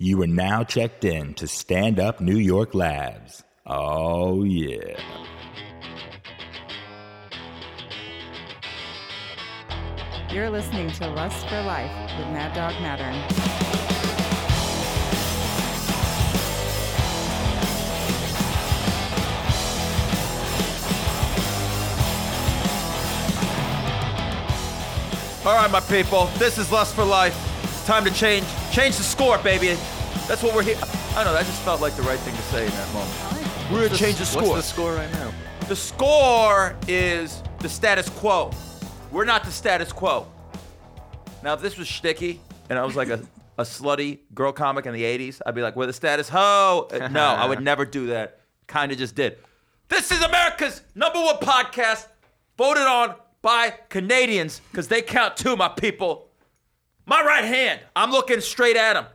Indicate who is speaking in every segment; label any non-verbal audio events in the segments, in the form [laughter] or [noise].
Speaker 1: You are now checked in to Stand Up New York Labs. Oh, yeah.
Speaker 2: You're listening to Lust for Life with Mad Dog Mattern.
Speaker 3: All right, my people, this is Lust for Life. It's time to change, change the score, baby. That's what we're here. I know that just felt like the right thing to say in that moment. We're gonna change the score.
Speaker 4: What's the score right now?
Speaker 3: The score is the status quo. We're not the status quo. Now, if this was shticky and I was like a, a slutty girl comic in the 80s, I'd be like, we're the status ho. Uh, No, I would never do that. Kind of just did. This is America's number one podcast, voted on by Canadians because they count too, my people. My right hand, I'm looking straight at him.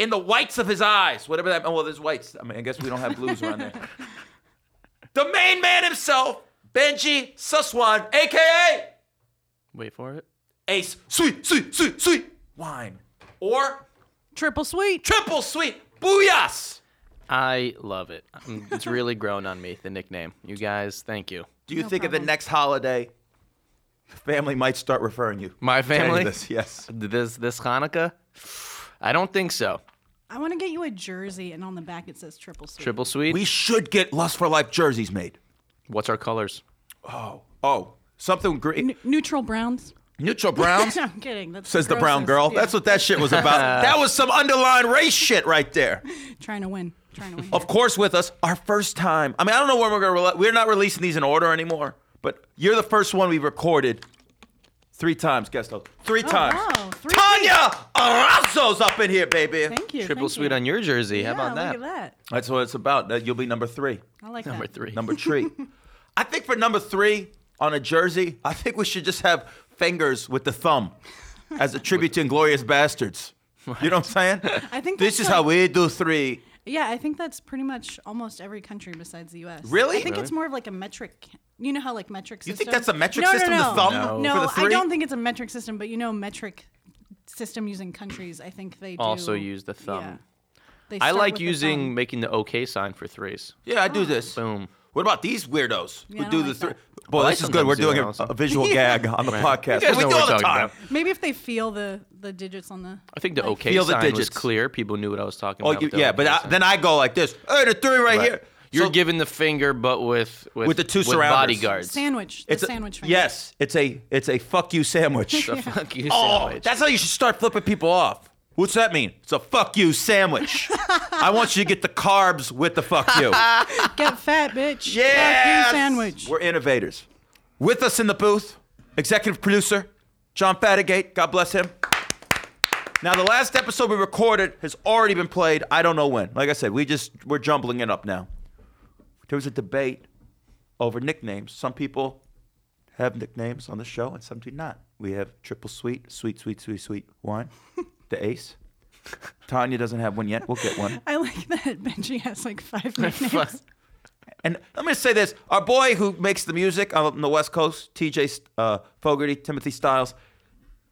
Speaker 3: In the whites of his eyes, whatever that. Oh, well, there's whites. I mean, I guess we don't have blues around there the main man himself, Benji Suswan, aka
Speaker 4: Wait for it.
Speaker 3: Ace Sweet Sweet Sweet Sweet Wine, or
Speaker 5: Triple sweet.
Speaker 3: Triple Sweet Booyas.
Speaker 4: I love it. Um, It's really grown on me, the nickname. You guys, thank you.
Speaker 3: Do you think at the next holiday, family might start referring you?
Speaker 4: My
Speaker 3: to any of
Speaker 4: family?
Speaker 3: This, yes.
Speaker 4: This this Hanukkah? I don't think so.
Speaker 5: I want to get you a jersey, and on the back it says triple sweet.
Speaker 4: Triple sweet.
Speaker 3: We should get Lust for Life jerseys made.
Speaker 4: What's our colors?
Speaker 3: Oh, something green.
Speaker 5: N- neutral browns.
Speaker 3: Neutral browns.
Speaker 5: No, [laughs] I'm kidding. That's
Speaker 3: Says the brown girl.
Speaker 5: grossest. Yeah.
Speaker 3: That's what that shit was about.
Speaker 4: [laughs]
Speaker 3: that was some underlying race shit right there.
Speaker 5: trying to win. Trying to win.
Speaker 3: Of course, with us, our first time. I mean, I don't know when we're gonna. Rela- we're not releasing these in order anymore. But you're the first one we recorded three times, guest host. Three times.
Speaker 5: Oh, wow. Three
Speaker 3: Tanya Arazzo's up in here, baby.
Speaker 5: Thank you.
Speaker 4: Triple
Speaker 5: thank
Speaker 4: sweet
Speaker 5: you.
Speaker 4: on your jersey.
Speaker 5: Yeah,
Speaker 4: How about that?
Speaker 5: Look at
Speaker 3: That's what it's about. That You'll be number three.
Speaker 5: that. I like
Speaker 4: Number
Speaker 5: that.
Speaker 4: three.
Speaker 5: [laughs]
Speaker 3: Number three. I think for number three on a jersey, I think we should just have fingers with the thumb as a tribute to Inglorious Bastards. You know what I'm saying?
Speaker 5: [laughs] I think
Speaker 3: this
Speaker 5: that's
Speaker 3: is
Speaker 5: like-
Speaker 3: how we do three.
Speaker 5: Yeah, I think that's pretty much almost every country besides the U.S.
Speaker 3: Really?
Speaker 5: I think it's more of like a metric. You know how like metric system.
Speaker 3: You think that's a metric
Speaker 5: no,
Speaker 3: system,
Speaker 5: No,
Speaker 3: the
Speaker 5: no.
Speaker 3: thumb
Speaker 4: No.
Speaker 5: No,
Speaker 3: for the three?
Speaker 5: I don't think it's a metric system, but you know metric system using countries. I think they do,
Speaker 4: Also use the thumb.
Speaker 5: yeah. They
Speaker 4: I
Speaker 5: start
Speaker 4: like
Speaker 5: with the
Speaker 4: using
Speaker 5: thumb.
Speaker 4: making the OK sign for threes.
Speaker 3: Yeah, I do this.
Speaker 4: Boom.
Speaker 3: What about these weirdos
Speaker 5: Yeah, I
Speaker 3: who
Speaker 5: don't
Speaker 3: do
Speaker 5: like
Speaker 3: the three?
Speaker 5: that.
Speaker 3: Boy,
Speaker 4: Well, I
Speaker 3: this is good. We're
Speaker 4: sometimes do
Speaker 3: doing
Speaker 4: that
Speaker 3: a,
Speaker 4: also.
Speaker 3: a
Speaker 5: [laughs]
Speaker 3: visual gag on the podcast.
Speaker 4: You guys
Speaker 3: We
Speaker 4: know
Speaker 3: do
Speaker 4: what
Speaker 3: all
Speaker 4: we're
Speaker 3: the
Speaker 4: talking
Speaker 3: time.
Speaker 4: about.
Speaker 5: Maybe if they feel the the digits on the.
Speaker 4: I think the OK
Speaker 3: Feel the
Speaker 4: sign was
Speaker 3: digits.
Speaker 4: clear. People knew what I was talking
Speaker 3: Oh,
Speaker 4: about.
Speaker 3: you-
Speaker 4: with the
Speaker 3: yeah,
Speaker 4: OK
Speaker 3: but I,
Speaker 4: sign.
Speaker 3: then I go like this. Hey, the three right,
Speaker 4: Right.
Speaker 3: here.
Speaker 4: You're
Speaker 3: So
Speaker 4: giving the finger, but with with,
Speaker 3: With the two
Speaker 4: with
Speaker 3: surrounders.
Speaker 4: bodyguards.
Speaker 5: Sandwich.
Speaker 3: it's
Speaker 5: the
Speaker 3: a,
Speaker 5: sandwich. finger.
Speaker 3: Yes, it's a it's a fuck you [laughs] sandwich.
Speaker 5: [laughs]
Speaker 4: The fuck you
Speaker 3: oh,
Speaker 4: sandwich.
Speaker 3: that's how you should start flipping people off. What's that mean? It's a fuck you
Speaker 5: [laughs]
Speaker 3: sandwich. I want you to get the carbs with the fuck you.
Speaker 5: Get fat, bitch.
Speaker 3: Yes!
Speaker 5: Fuck you, sandwich.
Speaker 3: We're innovators. With us in the booth, executive producer, John Fatigate. God bless him. Now, the last episode we recorded has already been played. I don't know when. Like I said, we just, we're jumbling it up now. There was a debate over nicknames. Some people have nicknames on the show and some do not. We have Triple Sweet, Sweet, Sweet, Sweet, Sweet Wine, [laughs] The Ace. Tanya doesn't have one yet. We'll get one.
Speaker 5: I like that Benji has
Speaker 4: [laughs]
Speaker 5: like five nicknames.
Speaker 3: And let me just say this: our boy who makes the music on the West Coast, T.J. Uh, Fogarty, Timothy Styles,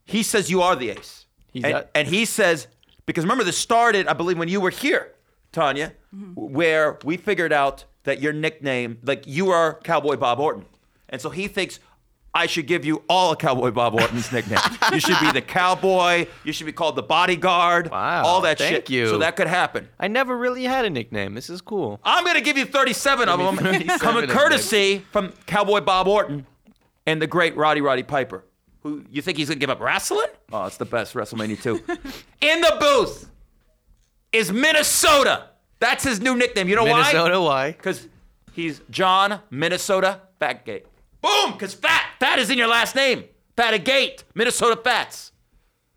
Speaker 3: he says you are the ace,
Speaker 4: He's
Speaker 3: and,
Speaker 4: at-
Speaker 3: and he says because remember this started, I believe, when you were here, Tanya,
Speaker 4: Mm-hmm.
Speaker 3: where we figured out that your nickname, like you are Cowboy Bob Orton, and so he thinks. I should give you all of Cowboy Bob Orton's
Speaker 4: [laughs]
Speaker 3: nickname. you should be the cowboy. You should be called the bodyguard.
Speaker 4: Wow,
Speaker 3: all that
Speaker 4: thank
Speaker 3: shit.
Speaker 4: you.
Speaker 3: So that could happen.
Speaker 4: I never really had a nickname. This is cool.
Speaker 3: I'm gonna give you 37 of them,
Speaker 4: Give me 37
Speaker 3: coming
Speaker 4: of
Speaker 3: courtesy from Cowboy Bob Orton and the great Roddy Roddy Piper. Who you think he's gonna give up wrestling? Oh, it's the best WrestleMania 2. [laughs] In the booth is Minnesota. That's his new nickname. You know
Speaker 4: Minnesota,
Speaker 3: [laughs] why?
Speaker 4: why?
Speaker 3: Because he's John Minnesota Fatgate. Boom! Because fat, fat is in your last name. Fat a gate, Minnesota Fats.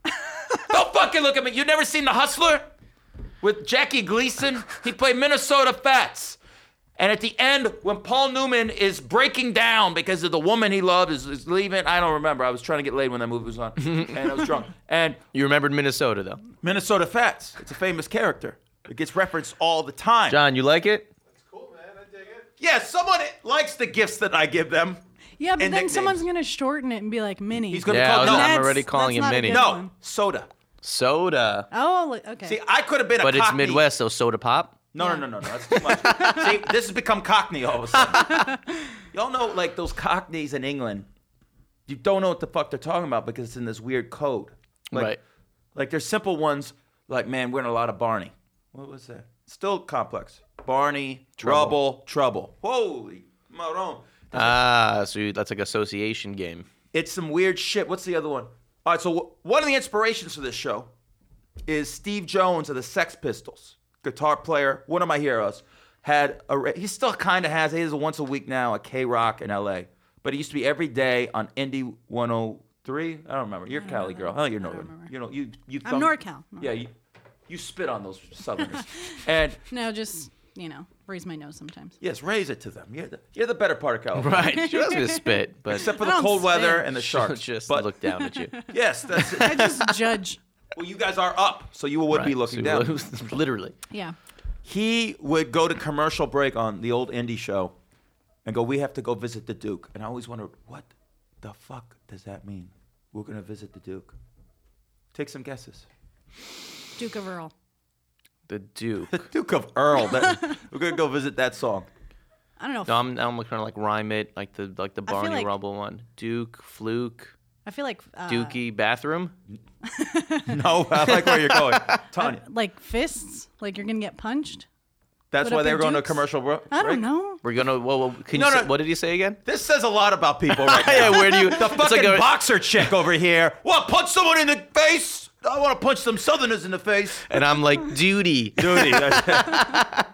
Speaker 3: [laughs] Don't fucking look at me. You never seen The Hustler with Jackie Gleason? He played Minnesota Fats. And at the end, when Paul Newman is breaking down because of the woman he loved is, is leaving, I don't remember. I was trying to get laid when that movie was [laughs] on, and I was drunk. And
Speaker 4: You remembered Minnesota though.
Speaker 3: Minnesota Fats, it's a famous character. It gets referenced all the time.
Speaker 4: John, you like it?
Speaker 3: Yeah, someone likes the gifts that I give them.
Speaker 5: Yeah, but then
Speaker 3: And nicknames.
Speaker 5: someone's gonna shorten it and be like mini.
Speaker 3: He's gonna-
Speaker 4: Yeah, I
Speaker 3: call-
Speaker 4: was,
Speaker 3: no.
Speaker 4: I'm
Speaker 5: That's-
Speaker 4: already calling
Speaker 5: that's
Speaker 4: him
Speaker 5: not a
Speaker 4: Minnie.
Speaker 5: good
Speaker 3: No,
Speaker 5: one.
Speaker 3: soda.
Speaker 4: Soda.
Speaker 5: Oh, li- okay.
Speaker 3: See, I could have been a
Speaker 4: But it's
Speaker 3: Cockney-
Speaker 4: Midwest, so soda pop.
Speaker 3: No, no, no, no, no. That's too much.
Speaker 5: [laughs]
Speaker 3: See, this has become Cockney all of a sudden. Y'all know, like, those Cockneys in England, you don't know what the fuck they're talking about because it's in this weird code. Like,
Speaker 4: right.
Speaker 3: Like, there's simple ones, like, man, we're in a lot of Barney. What was that? Still complex. Barney, trouble, trouble. Holy moron.
Speaker 4: Ah, so you, that's like association
Speaker 3: [laughs]
Speaker 4: game.
Speaker 3: It's some weird shit. What's the other one? All right, so wh- one of the inspirations for this show is Steve Jones of the Sex Pistols, guitar player, one of my heroes. Had a ra- he still kind of has. He has a once a week now at K Rock in L.A., but he used to be every day on Indie 103. I don't remember. You're a Cali girl. Oh, you're Northern.
Speaker 5: remember.
Speaker 3: You know you you.
Speaker 5: I'm
Speaker 3: thumb-
Speaker 5: NorCal.
Speaker 3: Yeah, you, you spit on those
Speaker 5: [laughs]
Speaker 3: Southerners, and
Speaker 5: No, just you know, raise my nose sometimes.
Speaker 3: yes, raise it to them. You're the, you're the better part of California,
Speaker 4: [laughs] Right. She was gonna spit, but
Speaker 3: except for
Speaker 5: I
Speaker 3: the
Speaker 5: don't
Speaker 3: cold weather
Speaker 4: [laughs]
Speaker 5: spit.
Speaker 3: and the
Speaker 4: she'll
Speaker 3: sharks.
Speaker 4: just
Speaker 3: but
Speaker 4: look down
Speaker 3: [laughs]
Speaker 4: at you.
Speaker 3: yes, that's it.
Speaker 5: I [laughs] just judge.
Speaker 3: Well, you guys are up, so you would
Speaker 4: Right,
Speaker 3: be looking
Speaker 4: so
Speaker 3: down.
Speaker 4: [laughs] Literally.
Speaker 5: Yeah.
Speaker 3: he would go to commercial break on the old indie show and go, We have to go visit the Duke. And I always wondered, What the fuck does that mean? We're going to visit the Duke. Take some guesses.
Speaker 5: Duke of Earl.
Speaker 3: [laughs]
Speaker 4: The Duke.
Speaker 3: Duke of Earl. That, [laughs] we're going to go visit that song. [laughs]
Speaker 5: I don't know.
Speaker 4: No, I'm I'm trying to like rhyme it like the like the
Speaker 5: feel
Speaker 4: Barney
Speaker 5: like-
Speaker 4: Rubble one. Duke, fluke,
Speaker 5: I feel like uh,
Speaker 4: Dookie, bathroom.
Speaker 3: No, I like where you're going. Tanya,
Speaker 5: like fists. Like you're gonna get punched.
Speaker 3: that's
Speaker 5: Put
Speaker 3: why
Speaker 5: up
Speaker 3: they
Speaker 5: your
Speaker 3: were going to
Speaker 5: dukes?
Speaker 3: commercial bro- break.
Speaker 5: I don't know.
Speaker 4: We're gonna. Whoa, whoa can
Speaker 3: No,
Speaker 4: you?
Speaker 3: no.
Speaker 4: Say, what did you
Speaker 3: [laughs]
Speaker 4: say again?
Speaker 3: This says a lot about people right
Speaker 4: [laughs]
Speaker 3: now.
Speaker 4: Yeah, where do you?
Speaker 3: The fucking
Speaker 4: like a-
Speaker 3: boxer chick over here. Well, punch someone in the face. I want to punch some Southerners in the face.
Speaker 4: And I'm like, duty.
Speaker 3: Duty. that's it.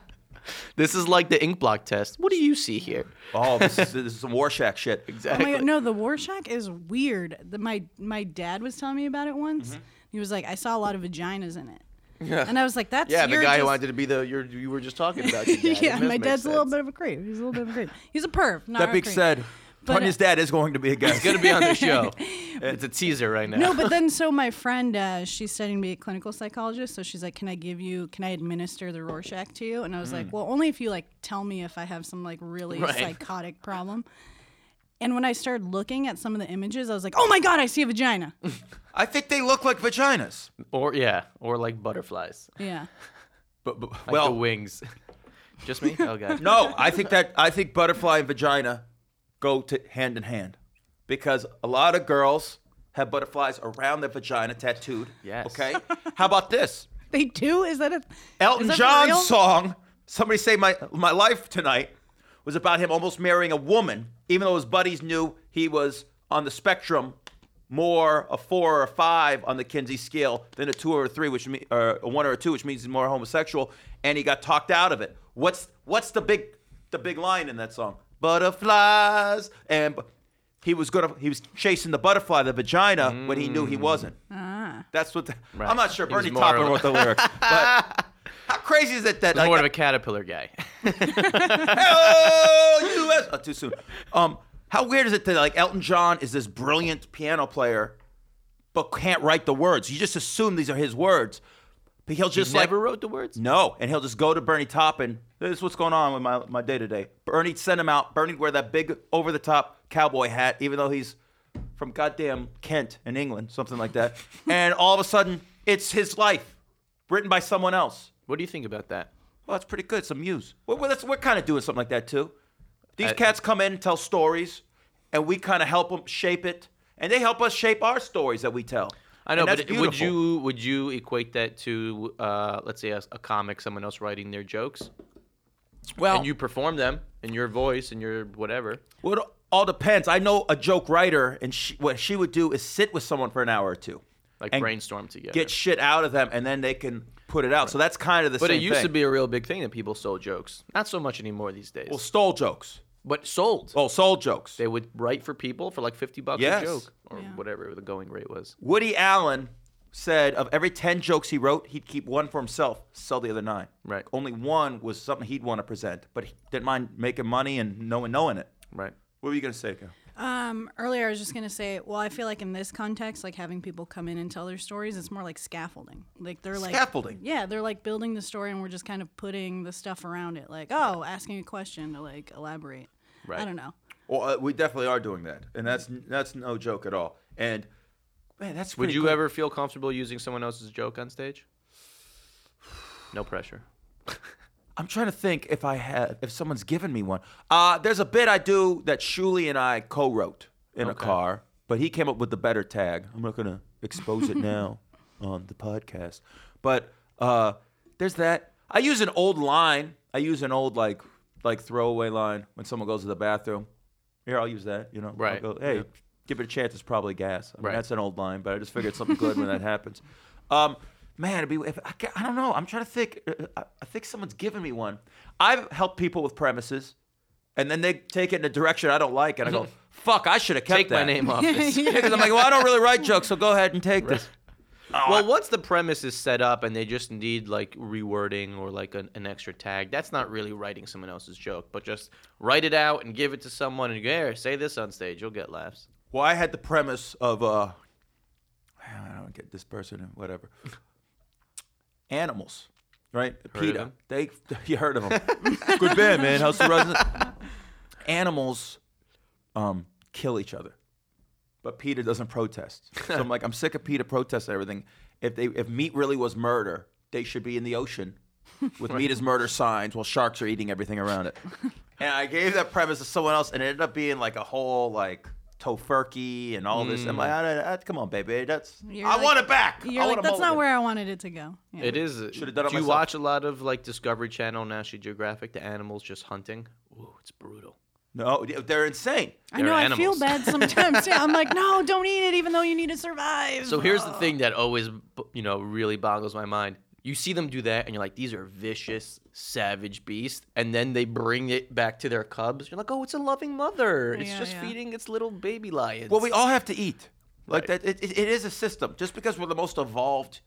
Speaker 4: This is like the ink block test. What do you see here?
Speaker 3: Oh, this is, this is some Warshak shit.
Speaker 5: Oh
Speaker 4: Exactly.
Speaker 5: my God, no, the Warshak is weird. The, my my dad was telling me about it once. He was like, I saw a lot of vaginas in it. Yeah. And I was like, that's
Speaker 4: Mm-hmm. yeah, the
Speaker 5: you're
Speaker 4: guy who
Speaker 5: just-
Speaker 4: wanted to be the you're, you were just talking about.
Speaker 5: [laughs]
Speaker 4: Your dad.
Speaker 5: yeah,
Speaker 4: It
Speaker 5: my
Speaker 4: makes
Speaker 5: dad's a little
Speaker 4: sense.
Speaker 5: bit of a creep. He's a little bit of a creep. He's
Speaker 4: [laughs]
Speaker 5: a perv. Not
Speaker 3: That
Speaker 5: a
Speaker 3: being
Speaker 5: creep.
Speaker 3: said,
Speaker 5: But,
Speaker 3: Tanya's
Speaker 5: uh,
Speaker 3: dad is going to be a guest.
Speaker 4: Gonna be on
Speaker 5: [laughs]
Speaker 4: the show. it's a teaser right now.
Speaker 5: No, but then so my friend, uh, she's studying to be a clinical psychologist. So she's like, "Can I give you? Can I administer the Rorschach to you?" And I was like, "Well, only if you like tell me if I have some like really
Speaker 4: Right.
Speaker 5: psychotic problem." And when I started looking at some of the images, I was like, "Oh my god, I see a vagina!"
Speaker 3: I think they look like vaginas.
Speaker 4: or yeah, or like butterflies,
Speaker 5: yeah,
Speaker 3: But, but-
Speaker 4: like the
Speaker 3: well,
Speaker 4: wings. [laughs] just me? Oh [laughs] god.
Speaker 3: no, I think that I think butterfly and vagina go to hand in hand because a lot of girls have butterflies around their vagina tattooed.
Speaker 4: Yes.
Speaker 3: Okay. How about this?
Speaker 5: they do. Is that a is
Speaker 3: Elton
Speaker 5: that for real?
Speaker 3: John's song, Somebody Say My My Life Tonight, was about him almost marrying a woman, even though his buddies knew he was on the spectrum more a four or a five on the Kinsey scale than a two or a three, which mean, or a one or a two, which means he's more homosexual, and he got talked out of it. What's what's the big the big line in that song? Butterflies and bu- he was gonna he was chasing the butterfly, the vagina, when he knew he wasn't.
Speaker 5: Mm. Ah.
Speaker 3: That's what the, I'm not sure.
Speaker 4: He was
Speaker 3: Bernie
Speaker 4: more
Speaker 3: Taupin
Speaker 4: of a- [laughs]
Speaker 3: wrote the lyrics, but how crazy is it that like,
Speaker 4: I'm more of a caterpillar [laughs] guy. [laughs]
Speaker 3: "Hello, US," oh, too soon. Um, how weird is it that like Elton John is this brilliant piano player, but can't write the words? You just assume these are his words, but he'll just like
Speaker 4: Never wrote the words.
Speaker 3: no, and he'll just go to Bernie Taupin. This is what's going on with my my day to day. Bernie send him out. Bernie wear that big over the top cowboy hat, even though he's from goddamn Kent in England, something like
Speaker 4: [laughs]
Speaker 3: that. and all of a sudden, it's his life, written by someone else.
Speaker 4: What do you think about that?
Speaker 3: Well, that's pretty good. Some muse. Well, well, that's, we're kind of doing something like that too. These
Speaker 4: I-
Speaker 3: cats come in and tell stories, and we kind of help them shape it, and they help us shape our stories that we tell.
Speaker 4: I know,
Speaker 3: And
Speaker 4: but
Speaker 3: that's
Speaker 4: it- would
Speaker 3: beautiful.
Speaker 4: you would you equate that to uh, let's say a, a comic, someone else writing their jokes,
Speaker 3: Well,
Speaker 4: and you perform them in your voice and your whatever?
Speaker 3: Well, it all depends. I know a joke writer, and she, what she would do is sit with someone for an hour or two,
Speaker 4: Like
Speaker 3: And
Speaker 4: brainstorm together.
Speaker 3: get shit out of them, and then they can put it out. So that's kind of the
Speaker 4: but
Speaker 3: same
Speaker 4: it used
Speaker 3: thing.
Speaker 4: to be a real big thing that people sold jokes. Not so much anymore these days.
Speaker 3: well, stole jokes.
Speaker 4: but sold.
Speaker 3: Oh, soul jokes.
Speaker 4: They would write for people for like fifty bucks
Speaker 3: Yes.
Speaker 4: a joke or
Speaker 5: Yeah.
Speaker 4: whatever the going rate was.
Speaker 3: Woody Allen said of every 10 jokes he wrote, he'd keep one for himself, sell the other nine.
Speaker 4: Right.
Speaker 3: Only one was something he'd want to present, but he didn't mind making money and no one knowing it.
Speaker 4: Right.
Speaker 3: What were you going to say, Cal?
Speaker 5: Um, earlier I was just gonna say, well, I feel like in this context, like having people come in and tell their stories, it's more like scaffolding. Like they're like
Speaker 3: Scaffolding?
Speaker 5: Yeah, they're like building the story, and we're just kind of putting the stuff around it. Like, oh, asking a question to like elaborate.
Speaker 4: Right.
Speaker 5: I don't know.
Speaker 3: Well, uh, we definitely are doing that, and that's that's no joke at all. And Man, that's
Speaker 4: Would
Speaker 3: pretty
Speaker 4: you
Speaker 3: cool.
Speaker 4: ever feel comfortable using someone else's joke on stage? No pressure.
Speaker 3: I'm trying to think if I have if someone's given me one. Uh there's a bit I do that Shuli and I co-wrote in a
Speaker 4: Okay.
Speaker 3: car, but he came up with the better tag. I'm not gonna expose it
Speaker 4: [laughs]
Speaker 3: now on the podcast, but uh there's that. I use an old line. I use an old like like throwaway line when someone goes to the bathroom. Here, I'll use that. You know, I'll
Speaker 4: Right.
Speaker 3: go, hey,
Speaker 4: Yeah.
Speaker 3: give it a chance. It's probably gas. I mean,
Speaker 4: Right.
Speaker 3: That's an old line, but I just figured something good when
Speaker 4: [laughs]
Speaker 3: that happens. Um, man, it'd be, if, I, ca- I don't know. I'm trying to think. Uh, I, I think someone's given me one. I've helped people with premises, and then they take it in a direction I don't like, and
Speaker 4: [laughs]
Speaker 3: I go, fuck, I should have kept
Speaker 4: Take
Speaker 3: that.
Speaker 4: my name
Speaker 3: [laughs]
Speaker 4: off this.
Speaker 3: Because I'm like, well, I don't really write jokes, so go ahead and take this. Oh,
Speaker 4: well, once the premise is set up and they just need like rewording or like an, an extra tag, that's not really writing someone else's joke, but just write it out and give it to someone and go, here, say this on stage. You'll get laughs.
Speaker 3: Well, I had the premise of uh, I don't get this person and whatever. Animals, right?
Speaker 4: of
Speaker 3: PETA.
Speaker 4: them?
Speaker 3: They [laughs] you heard of them? Good band, man. House of Resident. Animals um, kill each other, but PETA doesn't protest. So I'm like, I'm sick of PETA protesting everything. If they if meat really was murder, they should be in the ocean with meat is murder signs while sharks are eating everything around it. and I gave that premise to someone else, and it ended up being like a whole like tofurkey and all this. I'm like, I don't- I- come on, baby, that's
Speaker 5: You're
Speaker 3: I
Speaker 5: like-
Speaker 3: want it back.
Speaker 5: You're
Speaker 3: I
Speaker 5: like,
Speaker 3: want
Speaker 5: that's not where I wanted it to go. Yeah.
Speaker 4: It is. uh,
Speaker 3: Should've done it
Speaker 4: Do you
Speaker 3: myself.
Speaker 4: watch a lot of like Discovery Channel, National Geographic, the animals just hunting? Ooh, it's brutal.
Speaker 3: No, they're insane.
Speaker 5: I
Speaker 4: They're
Speaker 5: know. I feel
Speaker 4: animals. [laughs]
Speaker 5: bad sometimes. yeah, I'm like, no, don't eat it, even though you need to survive.
Speaker 4: So here's the thing that always, b- you know, really boggles my mind. You see them do that, and you're like, these are vicious, savage beasts. And then they bring it back to their cubs. You're like, oh, it's a loving mother. It's
Speaker 5: Yeah,
Speaker 4: just
Speaker 5: yeah.
Speaker 4: feeding its little baby lions.
Speaker 3: Well, we all have to eat. Like
Speaker 4: Right.
Speaker 3: that, it, it, it is a system. Just because we're the most evolved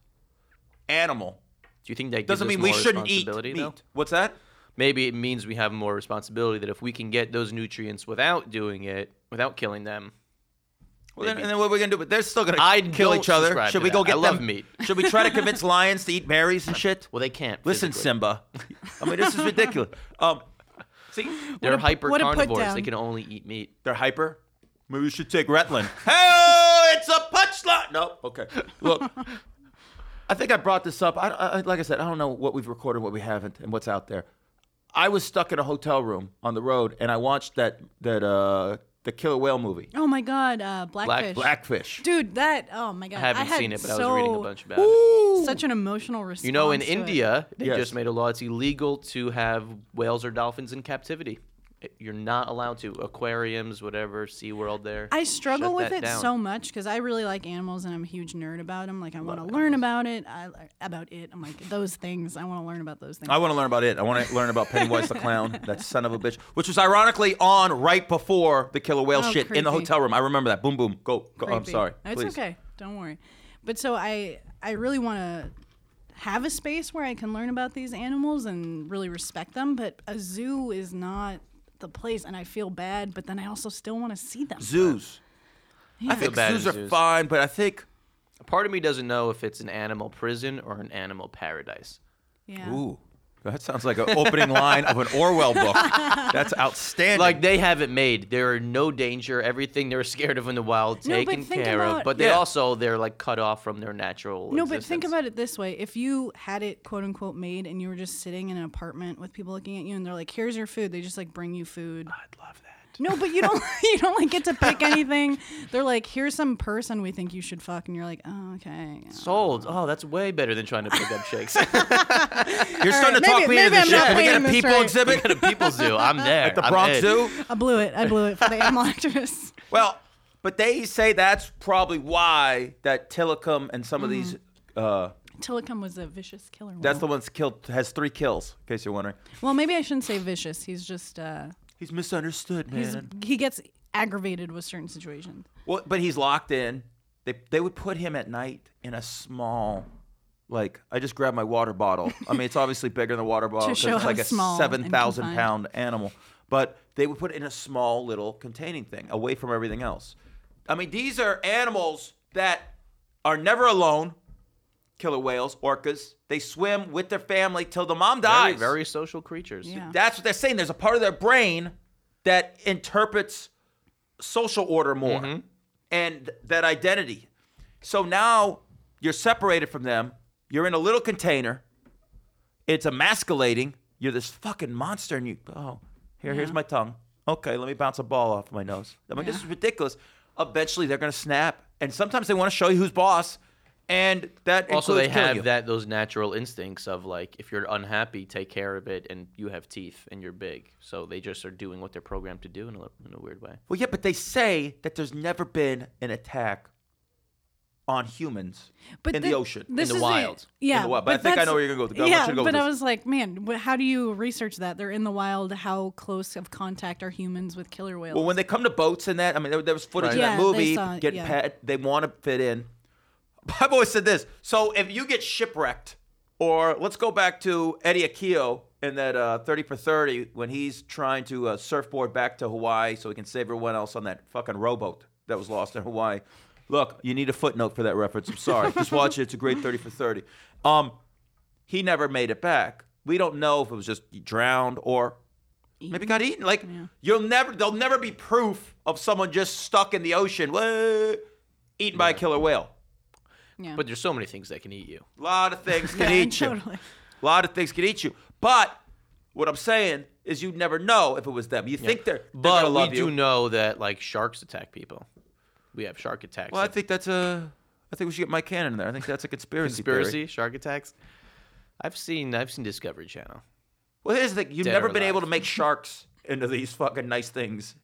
Speaker 3: animal
Speaker 4: do you think that gives
Speaker 3: doesn't
Speaker 4: us
Speaker 3: mean we
Speaker 4: more
Speaker 3: shouldn't eat
Speaker 4: responsibility,
Speaker 3: meat.
Speaker 4: though?
Speaker 3: What's that?
Speaker 4: Maybe it means we have more responsibility. That if we can get those nutrients without doing it, without killing them,
Speaker 3: Well, then,
Speaker 4: Maybe.
Speaker 3: and then what are we gonna do? But they're still gonna
Speaker 4: I
Speaker 3: kill
Speaker 4: don't
Speaker 3: each other.
Speaker 4: subscribe
Speaker 3: Should
Speaker 4: to
Speaker 3: we go
Speaker 4: that.
Speaker 3: get
Speaker 4: I love
Speaker 3: them?
Speaker 4: meat.
Speaker 3: [laughs] Should we try to
Speaker 4: [laughs]
Speaker 3: convince lions to eat berries and shit?
Speaker 4: well, they can't.
Speaker 3: Listen,
Speaker 4: physically.
Speaker 3: Simba. I mean, this is
Speaker 4: [laughs]
Speaker 3: ridiculous. Um, see,
Speaker 4: they're
Speaker 5: What a-
Speaker 4: hyper
Speaker 5: what a put
Speaker 4: carnivores. They
Speaker 5: down.
Speaker 4: can only eat meat.
Speaker 3: They're hyper. Maybe we should take Rutland. [laughs] oh, it's a punchline. No, okay. Look, I think I brought this up. I, I, like I said, I don't know what we've recorded, what we haven't, and what's out there. I was stuck in a hotel room on the road, and I watched that that uh, the killer whale movie,
Speaker 5: Oh my god, uh, blackfish.
Speaker 3: Blackfish.
Speaker 5: Dude, that. Oh my god.
Speaker 4: I haven't
Speaker 5: had
Speaker 4: seen it, but
Speaker 5: so,
Speaker 4: I was reading a bunch about it.
Speaker 5: Such an emotional response.
Speaker 4: You know, in
Speaker 5: to it.
Speaker 4: India, they
Speaker 3: Yes.
Speaker 4: just made a law. It's illegal to have whales or dolphins in captivity. It- You're not allowed to. Aquariums, whatever, SeaWorld there.
Speaker 5: I struggle
Speaker 4: shut
Speaker 5: with
Speaker 4: that
Speaker 5: it
Speaker 4: down.
Speaker 5: so much because I really like animals and I'm a huge nerd about them. Like I want to
Speaker 3: uh,
Speaker 5: learn about it. I about it. I'm like those things. I want to learn about those things.
Speaker 3: I want to learn about it. I want to learn about Pennywise the clown, [laughs] that son of a bitch, which was ironically on right before the killer whale
Speaker 5: Oh,
Speaker 3: shit in the
Speaker 5: creepy.
Speaker 3: hotel room. I remember that. Boom, boom. Go. go. I'm
Speaker 5: creepy.
Speaker 3: sorry.
Speaker 5: It's
Speaker 3: Please.
Speaker 5: okay. Don't worry. But so I I really want to have a space where I can learn about these animals and really respect them, but a zoo is not the place and I feel bad, but then I also still want to see them.
Speaker 3: Zoos. I think
Speaker 4: Feel bad
Speaker 3: zoos
Speaker 4: in
Speaker 3: are
Speaker 4: zoos.
Speaker 3: fine, but I think
Speaker 4: Part of me doesn't know if it's an animal prison or an animal paradise.
Speaker 5: Yeah.
Speaker 3: Ooh, that sounds like an opening line of an Orwell book. That's outstanding.
Speaker 4: Like they have it made. There are no danger. Everything they're scared of in the wild
Speaker 5: No, but
Speaker 4: taken
Speaker 5: think
Speaker 4: care of.
Speaker 5: about-
Speaker 4: But they
Speaker 3: Yeah.
Speaker 4: also they're like cut off from their natural.
Speaker 5: No, but
Speaker 4: existence.
Speaker 5: think about it this way. If you had it quote unquote made and you were just sitting in an apartment with people looking at you and they're like, Here's your food, they just like bring you food.
Speaker 4: I'd love that.
Speaker 5: No, but you don't [laughs] you don't like get to pick anything. They're like, Here's some person we think you should fuck and you're like, Oh, okay. yeah."
Speaker 4: Sold. Oh, that's way better than trying to pick up
Speaker 5: [laughs]
Speaker 4: shakes.
Speaker 3: you're starting to
Speaker 5: maybe-
Speaker 3: talk me into
Speaker 5: maybe
Speaker 3: this
Speaker 5: I'm not
Speaker 3: shit. We got
Speaker 5: playing
Speaker 3: a
Speaker 5: this
Speaker 3: people
Speaker 5: right.
Speaker 3: exhibit
Speaker 4: At a people zoo, I'm there.
Speaker 3: at the
Speaker 4: I'm
Speaker 3: Bronx
Speaker 4: in.
Speaker 3: Zoo.
Speaker 5: I blew it. I blew it for the animal [laughs] activists.
Speaker 3: Well, but they say that's probably why that Tillicum and some of these.
Speaker 5: Mm-hmm.
Speaker 3: Uh,
Speaker 5: Tillicum was a vicious killer.
Speaker 3: that's the
Speaker 5: whale.
Speaker 3: one that's killed has three kills. In case you're wondering,
Speaker 5: well, maybe I shouldn't say vicious. He's just uh,
Speaker 3: he's misunderstood, man.
Speaker 5: he's, he gets aggravated with certain situations.
Speaker 3: Well, but he's locked in. They they would put him at night in a small, like I just grabbed my water bottle. I mean, it's
Speaker 5: [laughs]
Speaker 3: obviously bigger than a water bottle
Speaker 5: show
Speaker 3: it's
Speaker 5: how
Speaker 3: like a
Speaker 5: small and
Speaker 3: seven thousand
Speaker 5: confined.
Speaker 3: pound animal. But they would put it in a small little containing thing, away from everything else. I mean, these are animals that are never alone. Killer whales, orcas. They swim with their family till the mom
Speaker 4: Very,
Speaker 3: dies.
Speaker 4: very social creatures.
Speaker 5: Yeah.
Speaker 3: That's what they're saying. There's a part of their brain that
Speaker 4: Mm-hmm.
Speaker 3: interprets social order more and th- that identity. So now you're separated from them. You're in a little container. It's emasculating. You're this fucking monster, and you oh here here's my tongue. Okay, let me bounce a ball off my nose. I mean, this is ridiculous. Eventually, they're gonna snap, and sometimes they want to show you who's boss, and that
Speaker 4: Also, they
Speaker 3: includes killing
Speaker 4: have
Speaker 3: you.
Speaker 4: that those natural instincts of like, if you're unhappy, take care of it, and you have teeth and you're big. So they just are doing what they're programmed to do in a, in a weird way.
Speaker 3: Well, yeah, but they say that there's never been an attack on humans in the,
Speaker 5: thi-
Speaker 3: ocean.
Speaker 5: this
Speaker 4: the
Speaker 5: is
Speaker 4: wild.
Speaker 5: A, yeah,
Speaker 3: the wild. But I think I
Speaker 5: that's-
Speaker 3: know where you're gonna go with- I want
Speaker 5: yeah,
Speaker 3: you to go
Speaker 5: but
Speaker 3: with
Speaker 5: I
Speaker 3: this.
Speaker 5: was like, man, wh- how do you research that? They're in the wild. How close of contact are humans with killer whales?
Speaker 3: Well, when they come to boats and that, I mean, there, there was footage in
Speaker 5: Right.
Speaker 3: that
Speaker 5: Yeah, they
Speaker 3: movie
Speaker 5: saw it,
Speaker 3: getting
Speaker 5: yeah.
Speaker 3: pet. They want to fit in. I've always said this. So if you get shipwrecked, or let's go back to Eddie Akio in that uh, 30 for 30 when he's trying to uh, surfboard back to Hawaii so he can save everyone else on that fucking rowboat that was lost in Hawaii. Look, you need a footnote for that reference. I'm sorry. Just
Speaker 5: [laughs]
Speaker 3: watch it. It's a great 30 for 30. Um, he never made it back. We don't know if it was just drowned or maybe got eaten. Like you'll never, there'll never be proof of someone just stuck in the ocean, "Whoa," eaten by a killer whale.
Speaker 5: yeah.
Speaker 4: But there's so many things that can eat you.
Speaker 3: A lot of things can
Speaker 5: [laughs] Yeah,
Speaker 3: eat you.
Speaker 5: totally.
Speaker 3: A lot of things can eat you. But what I'm saying is, you never know if it was them. You think they're, they're
Speaker 4: But
Speaker 3: gonna
Speaker 4: we
Speaker 3: love you.
Speaker 4: do know that like sharks attack people. We have shark attacks.
Speaker 3: Well, I
Speaker 4: Like,
Speaker 3: think that's a. I think we should get Mike Cannon in there. I think that's a conspiracy. theory.
Speaker 4: conspiracy shark attacks. I've seen I've seen Discovery Channel.
Speaker 3: Well, here's the thing: you've
Speaker 4: Dead
Speaker 3: never
Speaker 4: or
Speaker 3: been able
Speaker 4: alive.
Speaker 3: to make sharks into these fucking nice things.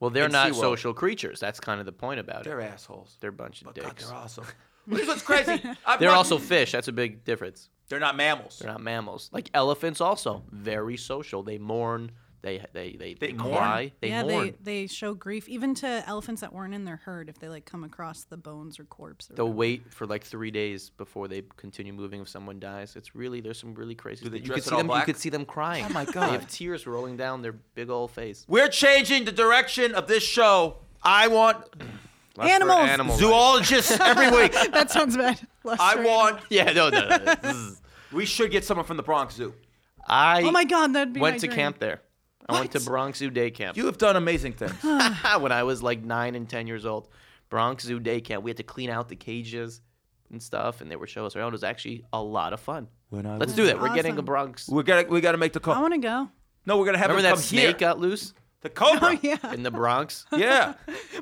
Speaker 4: Well, they're
Speaker 3: And
Speaker 4: not
Speaker 3: SeaWorld.
Speaker 4: social creatures. That's kind of the point about
Speaker 3: They're
Speaker 4: it.
Speaker 3: assholes.
Speaker 4: They're a bunch of
Speaker 3: but God,
Speaker 4: dicks.
Speaker 3: they're awesome. Here's what's crazy.
Speaker 4: [laughs]
Speaker 3: I've
Speaker 4: They're
Speaker 3: watched-
Speaker 4: also fish. That's a big difference.
Speaker 3: They're not mammals.
Speaker 4: They're not mammals. Like elephants, also very social. They mourn. They they they, they,
Speaker 3: mourn?
Speaker 4: cry. They
Speaker 5: yeah,
Speaker 4: mourn.
Speaker 5: they, they show grief even to elephants that weren't in their herd if they like come across the bones or corpse. Or
Speaker 4: They'll wait for like three days before they continue moving if someone dies. It's really there's some really crazy.
Speaker 3: Do they
Speaker 4: things.
Speaker 3: dress it
Speaker 4: you could see
Speaker 3: all
Speaker 4: them.
Speaker 3: black?
Speaker 4: You could see them crying.
Speaker 3: Oh my
Speaker 4: They
Speaker 3: God.
Speaker 4: have tears rolling down their big old face.
Speaker 3: We're changing the direction of this show. I want
Speaker 4: Less for
Speaker 5: Animals!
Speaker 4: Animal life.
Speaker 3: zoologists every [laughs] week.
Speaker 5: [laughs] that sounds bad. Lester
Speaker 3: I
Speaker 5: and-
Speaker 3: want.
Speaker 4: [laughs] Yeah, no, no, no. Zzz.
Speaker 3: We should get someone from the Bronx Zoo.
Speaker 4: [laughs] I
Speaker 5: Oh my god, that'd be
Speaker 4: went
Speaker 5: my
Speaker 4: to
Speaker 5: dream.
Speaker 4: camp there. I went to Bronx Zoo Day Camp.
Speaker 3: You have done amazing things. [gasps]
Speaker 4: [laughs] when I was like nine and ten years old. Bronx Zoo Day Camp. We had to clean out the cages and stuff, and they were showing us around. It was actually a lot of fun.
Speaker 3: When I
Speaker 4: Let's
Speaker 3: was-
Speaker 4: do that. We're getting a
Speaker 5: Awesome.
Speaker 4: Bronx.
Speaker 3: we gotta, we gotta make the
Speaker 5: I
Speaker 3: call.
Speaker 5: want to go.
Speaker 3: no, we're gonna have
Speaker 4: Remember
Speaker 3: him
Speaker 4: that
Speaker 3: come
Speaker 4: snake uh,
Speaker 3: here.
Speaker 4: got loose
Speaker 3: The cobra. [laughs]
Speaker 5: Oh yeah,
Speaker 4: in the
Speaker 5: [laughs]
Speaker 4: Bronx?
Speaker 3: Yeah.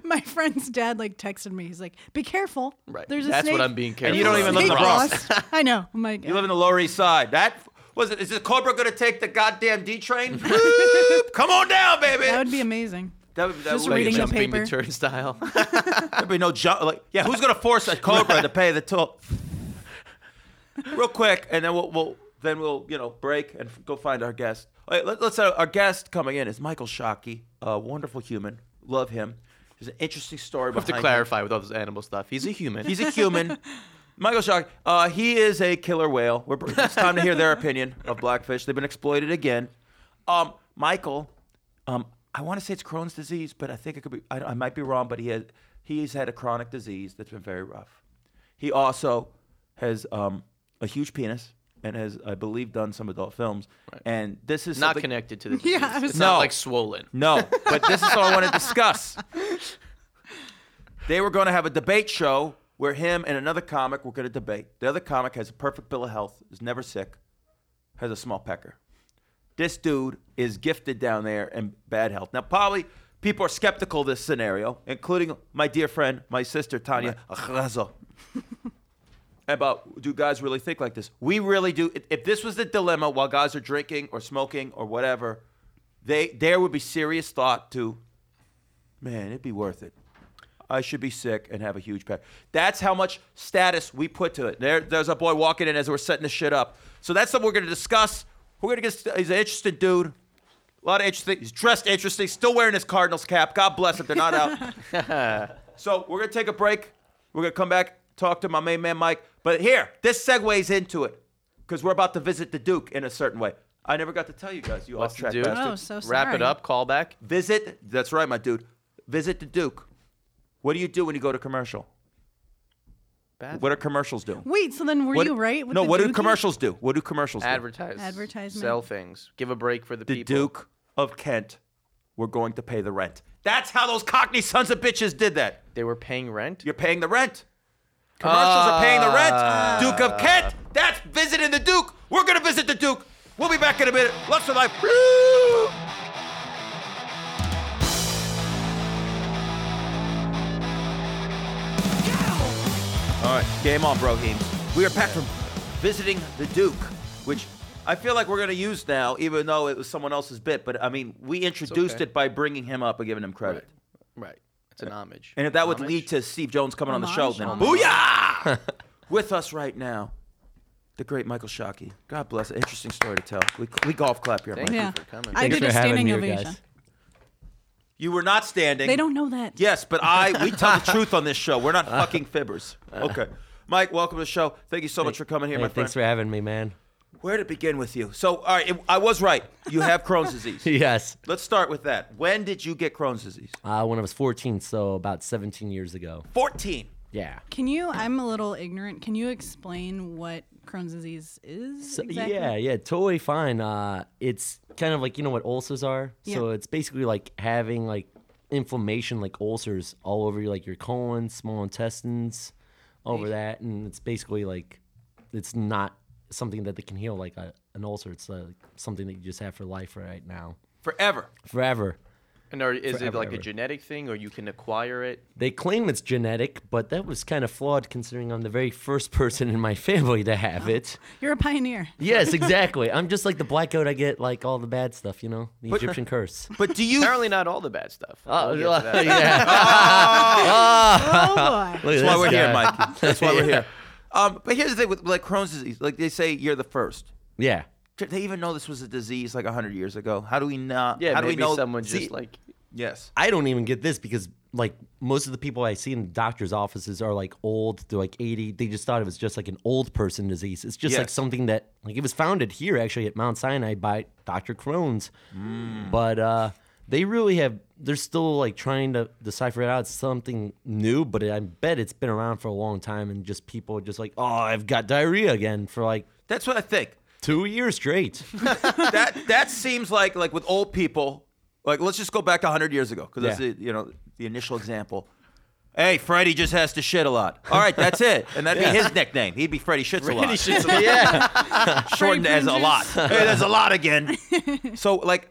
Speaker 5: my friend's dad like texted me. He's like, "Be careful.
Speaker 4: Right.
Speaker 5: There's a
Speaker 4: That's what
Speaker 5: snake.
Speaker 4: I'm being
Speaker 3: And you
Speaker 4: careful
Speaker 3: don't even
Speaker 4: of.
Speaker 3: live in the Bronx.
Speaker 5: Lost. [laughs] I know. I'm like,
Speaker 3: You live in the Lower East Side. That was it. Is the cobra gonna take the goddamn D train? [laughs] Boop. come on down, baby.
Speaker 5: that would be amazing.
Speaker 3: That would, that
Speaker 5: Just
Speaker 3: would be-
Speaker 5: reading the
Speaker 4: jumping
Speaker 5: paper.
Speaker 4: the
Speaker 5: [laughs]
Speaker 4: turnstile.
Speaker 3: There'd be no jump. Like, yeah, who's gonna force a cobra to pay the toll? [laughs] Real quick, and then we'll, we'll then we'll you know break and f- go find our guest. All right, let, us uh, our guest coming in is Michael Shockey, a wonderful human. Love him. There's an interesting story
Speaker 4: have
Speaker 3: behind.
Speaker 4: to
Speaker 3: him.
Speaker 4: clarify with all this animal stuff. He's a human.
Speaker 3: He's a human. [laughs] Michael Shockey, uh, he is a killer whale. We're, it's time to hear their opinion of blackfish. They've been exploited again. Um, Michael, um, I want to say it's Crohn's disease, but I think it could be. I, I might be wrong, but he has he's had a chronic disease that's been very rough. He also has um, a huge penis and has, I believe, done some adult films. And this is
Speaker 4: not
Speaker 3: something-
Speaker 4: connected to the
Speaker 5: [laughs] Yeah,
Speaker 4: disease.
Speaker 5: I was-
Speaker 4: it's
Speaker 3: No.
Speaker 4: not like swollen.
Speaker 3: no, but this is what I want to discuss. They were going to have a debate show where him and another comic were going to debate. The other comic has a perfect bill of health, is never sick, has a small pecker. This dude is gifted down there in bad health. Now, probably people are skeptical of this scenario, including my dear friend, my sister, Tanya Achrazo. [laughs] About do guys really think like this? We really do. If- If this was the dilemma while guys are drinking or smoking or whatever, they there would be serious thought to man it'd be worth it i should be sick and have a huge pack that's how much status we put to it there, there's a boy walking in as we're setting this shit up so that's something we're going to discuss we're going to get he's an interesting dude a lot of interesting he's dressed interesting still wearing his cardinals cap god bless him they're not out so we're going to take a break we're going to come back talk to my main man mike but here this segues into it because we're about to visit the duke in a certain way i never got to tell you guys you
Speaker 4: What's
Speaker 3: off
Speaker 4: to
Speaker 3: track
Speaker 4: do?
Speaker 3: bastards.
Speaker 5: Oh, so
Speaker 4: Wrap it
Speaker 5: sorry.
Speaker 4: up. Call back.
Speaker 3: Visit. That's right, my dude. Visit the Duke. What do you do when you go to commercial?
Speaker 4: Bad.
Speaker 3: What are commercials do?
Speaker 5: Wait, so then were
Speaker 3: What-
Speaker 5: you right? With
Speaker 3: no.
Speaker 5: the
Speaker 3: What do
Speaker 5: dookie?
Speaker 3: commercials do? What do commercials
Speaker 4: Advertise.
Speaker 5: Advertisement.
Speaker 4: Sell things. Give a break for the,
Speaker 3: do? The
Speaker 4: people.
Speaker 3: Duke of Kent. We're going to pay the rent. That's how those Cockney sons of bitches did that.
Speaker 4: They were paying rent. Ah.
Speaker 3: You're paying the rent. Commercials are paying the rent. Duke of Kent. That's visiting the Duke. We're gonna visit the Duke. We'll be back in a minute. Lust for life. Woo! All right, game on, Brohim. We are back from visiting the Duke, which I feel like we're going to use now, even though it was someone else's bit. But I mean, we introduced
Speaker 4: okay.
Speaker 3: it by bringing him up and giving him credit.
Speaker 4: Right. It's an homage.
Speaker 3: And if that would
Speaker 4: Homage?
Speaker 3: lead to Steve Jones coming on the show,
Speaker 5: Homage,
Speaker 3: then
Speaker 5: homage. [laughs]
Speaker 3: booyah! With us right now, the great Michael Shockey. God bless. Interesting story to tell. We, we golf clap here,
Speaker 4: Thank
Speaker 3: Mike.
Speaker 4: you
Speaker 5: Yeah.
Speaker 4: for coming.
Speaker 5: I
Speaker 4: Thanks
Speaker 5: did a
Speaker 6: for having
Speaker 5: standing
Speaker 6: me,
Speaker 5: ovation.
Speaker 6: guys.
Speaker 3: You were not standing.
Speaker 5: They don't know that.
Speaker 3: Yes, but I we tell
Speaker 5: [laughs]
Speaker 3: the truth on this show. We're not fucking fibbers. Okay. Mike, welcome to the show. Thank you so much for coming here,
Speaker 6: Hey,
Speaker 3: my friend.
Speaker 6: thanks for having
Speaker 3: [laughs]
Speaker 6: me, man.
Speaker 3: Where to begin with you? So, all right, it- I was right. You have Crohn's
Speaker 6: [laughs]
Speaker 3: disease.
Speaker 6: Yes.
Speaker 3: Let's start with that. When did you get Crohn's disease?
Speaker 6: Uh, when I was 14, so about 17 years ago.
Speaker 3: 14.
Speaker 6: Yeah.
Speaker 5: Can you? I'm a little ignorant. Can you explain what Crohn's disease is?
Speaker 6: So-
Speaker 5: exactly?
Speaker 6: Yeah, yeah, totally fine. Uh, it's kind of like you know what ulcers are. So
Speaker 5: Yeah.
Speaker 6: it's basically like having like inflammation, like ulcers all over like your colon, small intestines, over that, and it's basically like it's not something that they can heal like a, an ulcer. It's uh, something that you just have for life right now,
Speaker 3: Forever.
Speaker 6: forever.
Speaker 4: And are, is it
Speaker 6: Forever,
Speaker 4: like a
Speaker 6: ever.
Speaker 4: genetic thing, or you can acquire it?
Speaker 6: They claim it's genetic, but that was kind of flawed considering I'm the very first person in my [laughs] family to have it.
Speaker 5: You're a pioneer.
Speaker 6: Yes, exactly. I'm just like the black goat. I get like all the bad stuff, you know, the Egyptian curse.
Speaker 3: But do you
Speaker 4: Apparently, not all the bad stuff.
Speaker 6: [laughs] Oh,
Speaker 4: We'll get to that.
Speaker 6: yeah.
Speaker 5: Oh boy.
Speaker 3: [laughs] That's
Speaker 6: Look at
Speaker 3: why
Speaker 6: this
Speaker 3: we're
Speaker 6: guy.
Speaker 3: here, Mike. That's
Speaker 6: [laughs]
Speaker 3: why we're here. Um, but here's the thing with like Crohn's disease. Like they say, you're the first.
Speaker 6: Yeah.
Speaker 3: Did they even know this was a disease like 100 years ago? How do we not?
Speaker 4: Yeah,
Speaker 3: how
Speaker 4: maybe
Speaker 3: do we know
Speaker 4: someone
Speaker 3: See- [laughs]
Speaker 4: just like
Speaker 3: yes.
Speaker 6: I don't even get this because like most of the people I see in doctor's offices are like old. They're like 80. They just thought it was just like an old person disease. It's just like
Speaker 3: Yes.
Speaker 6: something that like it was founded here actually at Mount Sinai by Dr. Crohn's.
Speaker 3: Mm.
Speaker 6: But uh they really have they're still like trying to decipher it out. It's something new, but I bet it's been around for a long time and just people are just like, "Oh, I've got diarrhea again for like
Speaker 3: That's what I think.
Speaker 6: 2 years straight."
Speaker 3: that that seems like like with old people. Like let's just go back 100 years ago because that's
Speaker 6: Yeah.
Speaker 3: the, you know the initial example. Hey, Freddie just has to shit a lot. All right, that's it, and that'd be his nickname. He'd be Freddie shits a lot.
Speaker 6: [laughs] yeah.
Speaker 3: shortened
Speaker 5: Freddie
Speaker 3: as a
Speaker 5: Prinzes.
Speaker 4: [laughs]
Speaker 3: lot. Hey, there's a lot again. so like,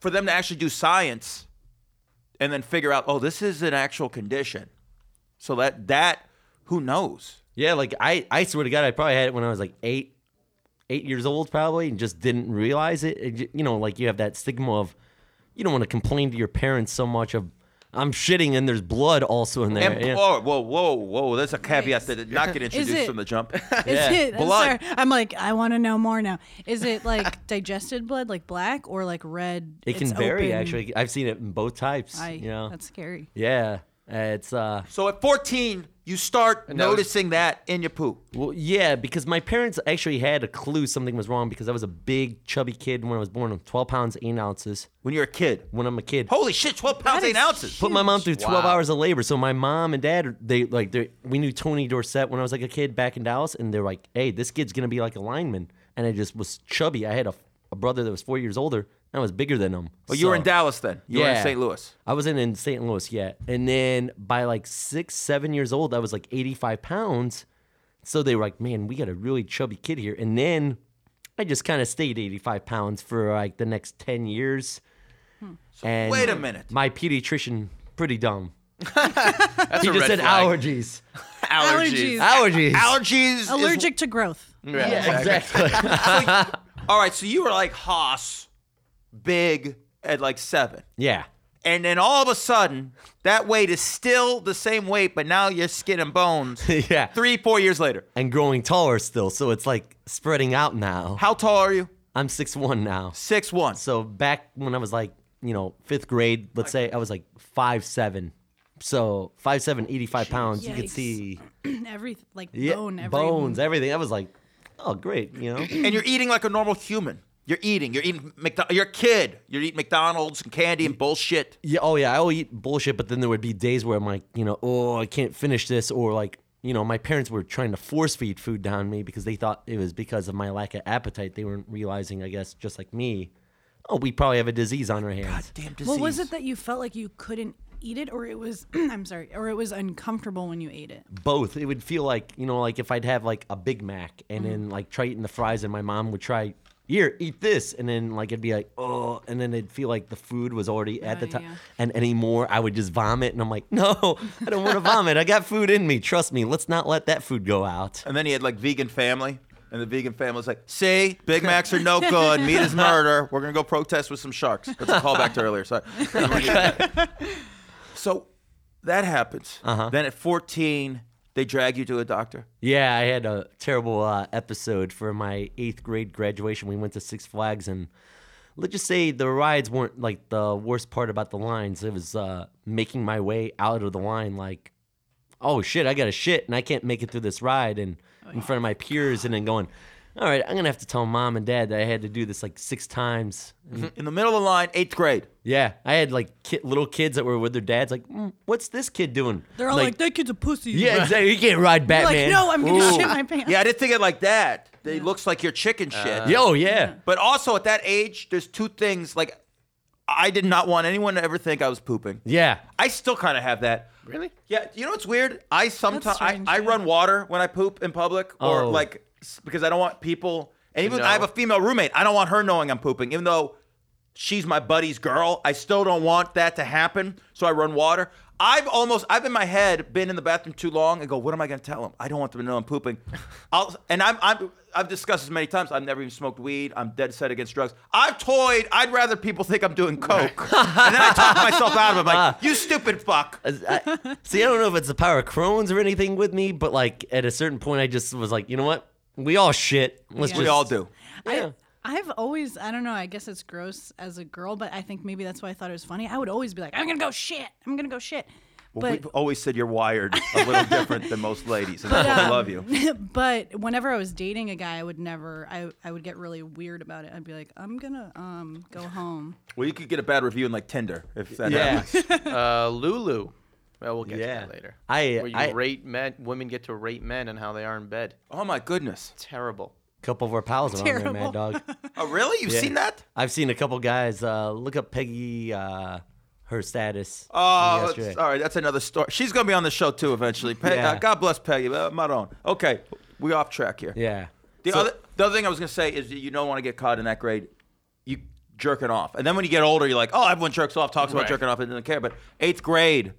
Speaker 3: for them to actually do science, and then figure out, oh, this is an actual condition. So that that who knows?
Speaker 6: Yeah, like I, I swear to God, I probably had it when I was like eight, eight years old, probably, and just didn't realize it. It j- you know, like you have that stigma of you don't want to complain to your parents so much of I'm shitting and there's blood also in there.
Speaker 3: And
Speaker 6: yeah.
Speaker 3: whoa, whoa, whoa, whoa! There's a caveat that did
Speaker 5: [laughs]
Speaker 3: not get
Speaker 5: Is
Speaker 3: introduced
Speaker 5: it-
Speaker 3: from the jump.
Speaker 5: [laughs] Is it? I'm,
Speaker 3: Blood.
Speaker 5: sorry. I'm like, I want to know more now. Is it like [laughs] digested blood, like black, or like red?
Speaker 6: it can
Speaker 5: it's
Speaker 6: vary.
Speaker 5: open?
Speaker 6: Actually, I've seen it in both types.
Speaker 5: I,
Speaker 6: you know,
Speaker 5: that's scary.
Speaker 6: yeah, Uh, it's uh,
Speaker 3: So at 14, you start
Speaker 4: that was-
Speaker 3: noticing that in your poop.
Speaker 6: Well, yeah, because my parents actually had a clue something was wrong because I was a big chubby kid when I was born, 12 pounds 8 ounces
Speaker 3: When you're a kid.
Speaker 6: when I'm a kid.
Speaker 3: Holy shit, 12 pounds,
Speaker 5: That
Speaker 3: 8
Speaker 5: is
Speaker 3: ounces.
Speaker 6: put my mom through 12
Speaker 4: Wow.
Speaker 6: hours of labor. So my mom and dad, they like, they we knew Tony Dorsett when I was like a kid back in Dallas, and they're like, hey, this kid's gonna be like a lineman. And I just was chubby. I had a, a brother that was four years older, and I was bigger than him.
Speaker 3: Well, Oh, you were in
Speaker 6: So-
Speaker 3: Dallas then. You were in
Speaker 6: Yeah.
Speaker 3: St. Louis.
Speaker 6: I wasn't in St. Louis yet. And then by like six, seven years old, I was like 85 pounds. So they were like, man, we got a really chubby kid here. And then I just kind of stayed 85 pounds for like the next 10 years. and
Speaker 3: Hmm. wait a minute.
Speaker 6: My pediatrician, pretty dumb.
Speaker 4: that's
Speaker 6: He
Speaker 4: a
Speaker 6: just
Speaker 4: red
Speaker 6: said
Speaker 4: flag.
Speaker 6: allergies.
Speaker 5: Allergies.
Speaker 3: [laughs]
Speaker 6: Allergies.
Speaker 3: Allergies. is- [laughs]
Speaker 5: Allergic to growth.
Speaker 4: Yeah,
Speaker 6: exactly.
Speaker 3: all right, so you were like Haas, big at like 7.
Speaker 6: [laughs] yeah.
Speaker 3: And then all of a sudden, that weight is still the same weight, but now you're skin and bones.
Speaker 6: [laughs] yeah.
Speaker 3: Three, four years later.
Speaker 6: And growing taller still. So it's like spreading out now.
Speaker 3: How tall are you?
Speaker 6: I'm 6'1 now.
Speaker 3: Six one.
Speaker 6: So back when I was like, you know, fifth grade, let's say I was like five seven. So five seven, 85 pounds. You could
Speaker 5: Yikes.
Speaker 6: see
Speaker 5: [laughs] Every like
Speaker 6: yeah,
Speaker 5: bone. Every,
Speaker 6: bones, everything. I was like, oh great, you know.
Speaker 3: and you're eating like a normal human. You're eating. You're eating McDonald's. You're a kid. You're eating McDonald's and candy and bullshit.
Speaker 6: yeah, oh yeah, I will eat bullshit, but then there would be days where I'm like, you know, oh I can't finish this, or like, you know, my parents were trying to force feed food down me because they thought it was because of my lack of appetite. They weren't realizing, I guess, just like me, oh we probably have a disease on our hands.
Speaker 3: Damn disease.
Speaker 5: Well, was it that you felt like you couldn't eat it, or it was [clears throat] I'm sorry, or it was uncomfortable when you ate it.
Speaker 6: both. It would feel like you know, like if I'd have like a Big Mac and then like try eating the fries, and my mom would try here eat this, and then like it'd be like oh, and then it'd feel like the food was already at the
Speaker 5: Oh,
Speaker 6: top,
Speaker 5: yeah.
Speaker 6: and anymore I would just vomit, and I'm like no, [laughs] I don't want to vomit. I got food in me. Trust me. Let's not let that food go out.
Speaker 3: And then he had like vegan family, and the vegan family was like, "See, Big Macs are no good. Meat is murder. We're gonna go protest with some sharks." That's a callback to earlier. Sorry. so that happens. Then at 14, they drag you to a doctor.
Speaker 6: Yeah, I had a terrible uh, episode for my eighth grade graduation. We went to Six Flags, and let's just say the rides weren't like the worst part about the lines. It was uh, making my way out of the line, like, oh shit, I got to shit, and I can't make it through this ride, and
Speaker 5: Oh,
Speaker 6: in front of my peers, and then going, all right, I'm gonna have to tell mom and dad that I had to do this like six times.
Speaker 3: In the middle of the line, eighth grade.
Speaker 6: Yeah, I had like ki- little kids that were with their dads, like, mm, what's this kid doing?
Speaker 5: They're all like, that kid's a pussy.
Speaker 6: yeah, exactly. You can't ride
Speaker 5: You're like,
Speaker 6: Batman.
Speaker 5: no, I'm gonna
Speaker 3: Ooh.
Speaker 5: shit my pants.
Speaker 3: Yeah, I didn't think it like that. They looks like your chicken shit.
Speaker 5: [laughs]
Speaker 6: Yo, yeah.
Speaker 3: But also at that age, there's two things like I did not want anyone to ever think I was pooping.
Speaker 6: Yeah.
Speaker 3: I still kind of have that.
Speaker 4: Really?
Speaker 3: Yeah, you know what's weird? I sometimes I,
Speaker 5: strange,
Speaker 3: I
Speaker 5: yeah.
Speaker 3: run water when I poop in public or
Speaker 6: Oh.
Speaker 3: like s- because I don't want people and even
Speaker 4: know.
Speaker 3: I have a female roommate, I don't want her knowing I'm pooping even though she's my buddy's girl. I still don't want that to happen, so I run water. I've almost I've in my head been in the bathroom too long and go, "What am I going to tell them? I don't want them to know I'm pooping." I'll and I'm I'm I've discussed this many times. I've never even smoked weed. I'm dead set against drugs. I've toyed. I'd rather people think I'm doing coke, and then I talk myself out of it. Like, you stupid fuck.
Speaker 6: I, see, I don't know if it's the power of Crohn's or anything with me, but like at a certain point, I just was like, you know what? We all shit. Let's
Speaker 5: Yeah.
Speaker 3: We
Speaker 6: just-
Speaker 3: all do.
Speaker 6: Yeah.
Speaker 5: I, I've always, I don't know, I guess it's gross as a girl, but I think maybe that's why I thought it was funny. I would always be like, I'm gonna go shit. I'm gonna go shit.
Speaker 3: Well,
Speaker 5: [laughs] But
Speaker 3: we've always said you're wired a little different than most ladies, and that's why we love you.
Speaker 5: but whenever I was dating a guy, I would never, I, I would get really weird about it. I'd be like, I'm gonna um go home.
Speaker 3: Well, you could get a bad review in like Tinder if that
Speaker 6: Yeah.
Speaker 3: happens.
Speaker 6: [laughs]
Speaker 4: Uh, Lulu. Well, we'll get
Speaker 6: Yeah.
Speaker 4: to that later.
Speaker 6: I-
Speaker 4: where you
Speaker 6: I-
Speaker 4: rate men, women get to rate men and how they are in bed.
Speaker 3: Oh my goodness!
Speaker 4: Terrible.
Speaker 6: couple of our pals around there,
Speaker 5: Terrible.
Speaker 6: mad dog.
Speaker 3: Oh really? You've seen that?
Speaker 6: I've seen a couple guys uh, look up Peggy, uh, her status.
Speaker 3: Oh,
Speaker 6: yesterday.
Speaker 3: that's, all right. That's another story. She's gonna be on the show too eventually. Pe-
Speaker 6: Yeah.
Speaker 3: uh, God bless Peggy. Uh, my own. Okay, we off track here.
Speaker 6: yeah.
Speaker 3: The
Speaker 6: So-
Speaker 3: other the other thing I was gonna say is that you don't want to get caught in that grade. You jerking off, and then when you get older, you're like, oh, everyone jerks off, talks about
Speaker 4: Right.
Speaker 3: jerking off, and doesn't care. But eighth grade,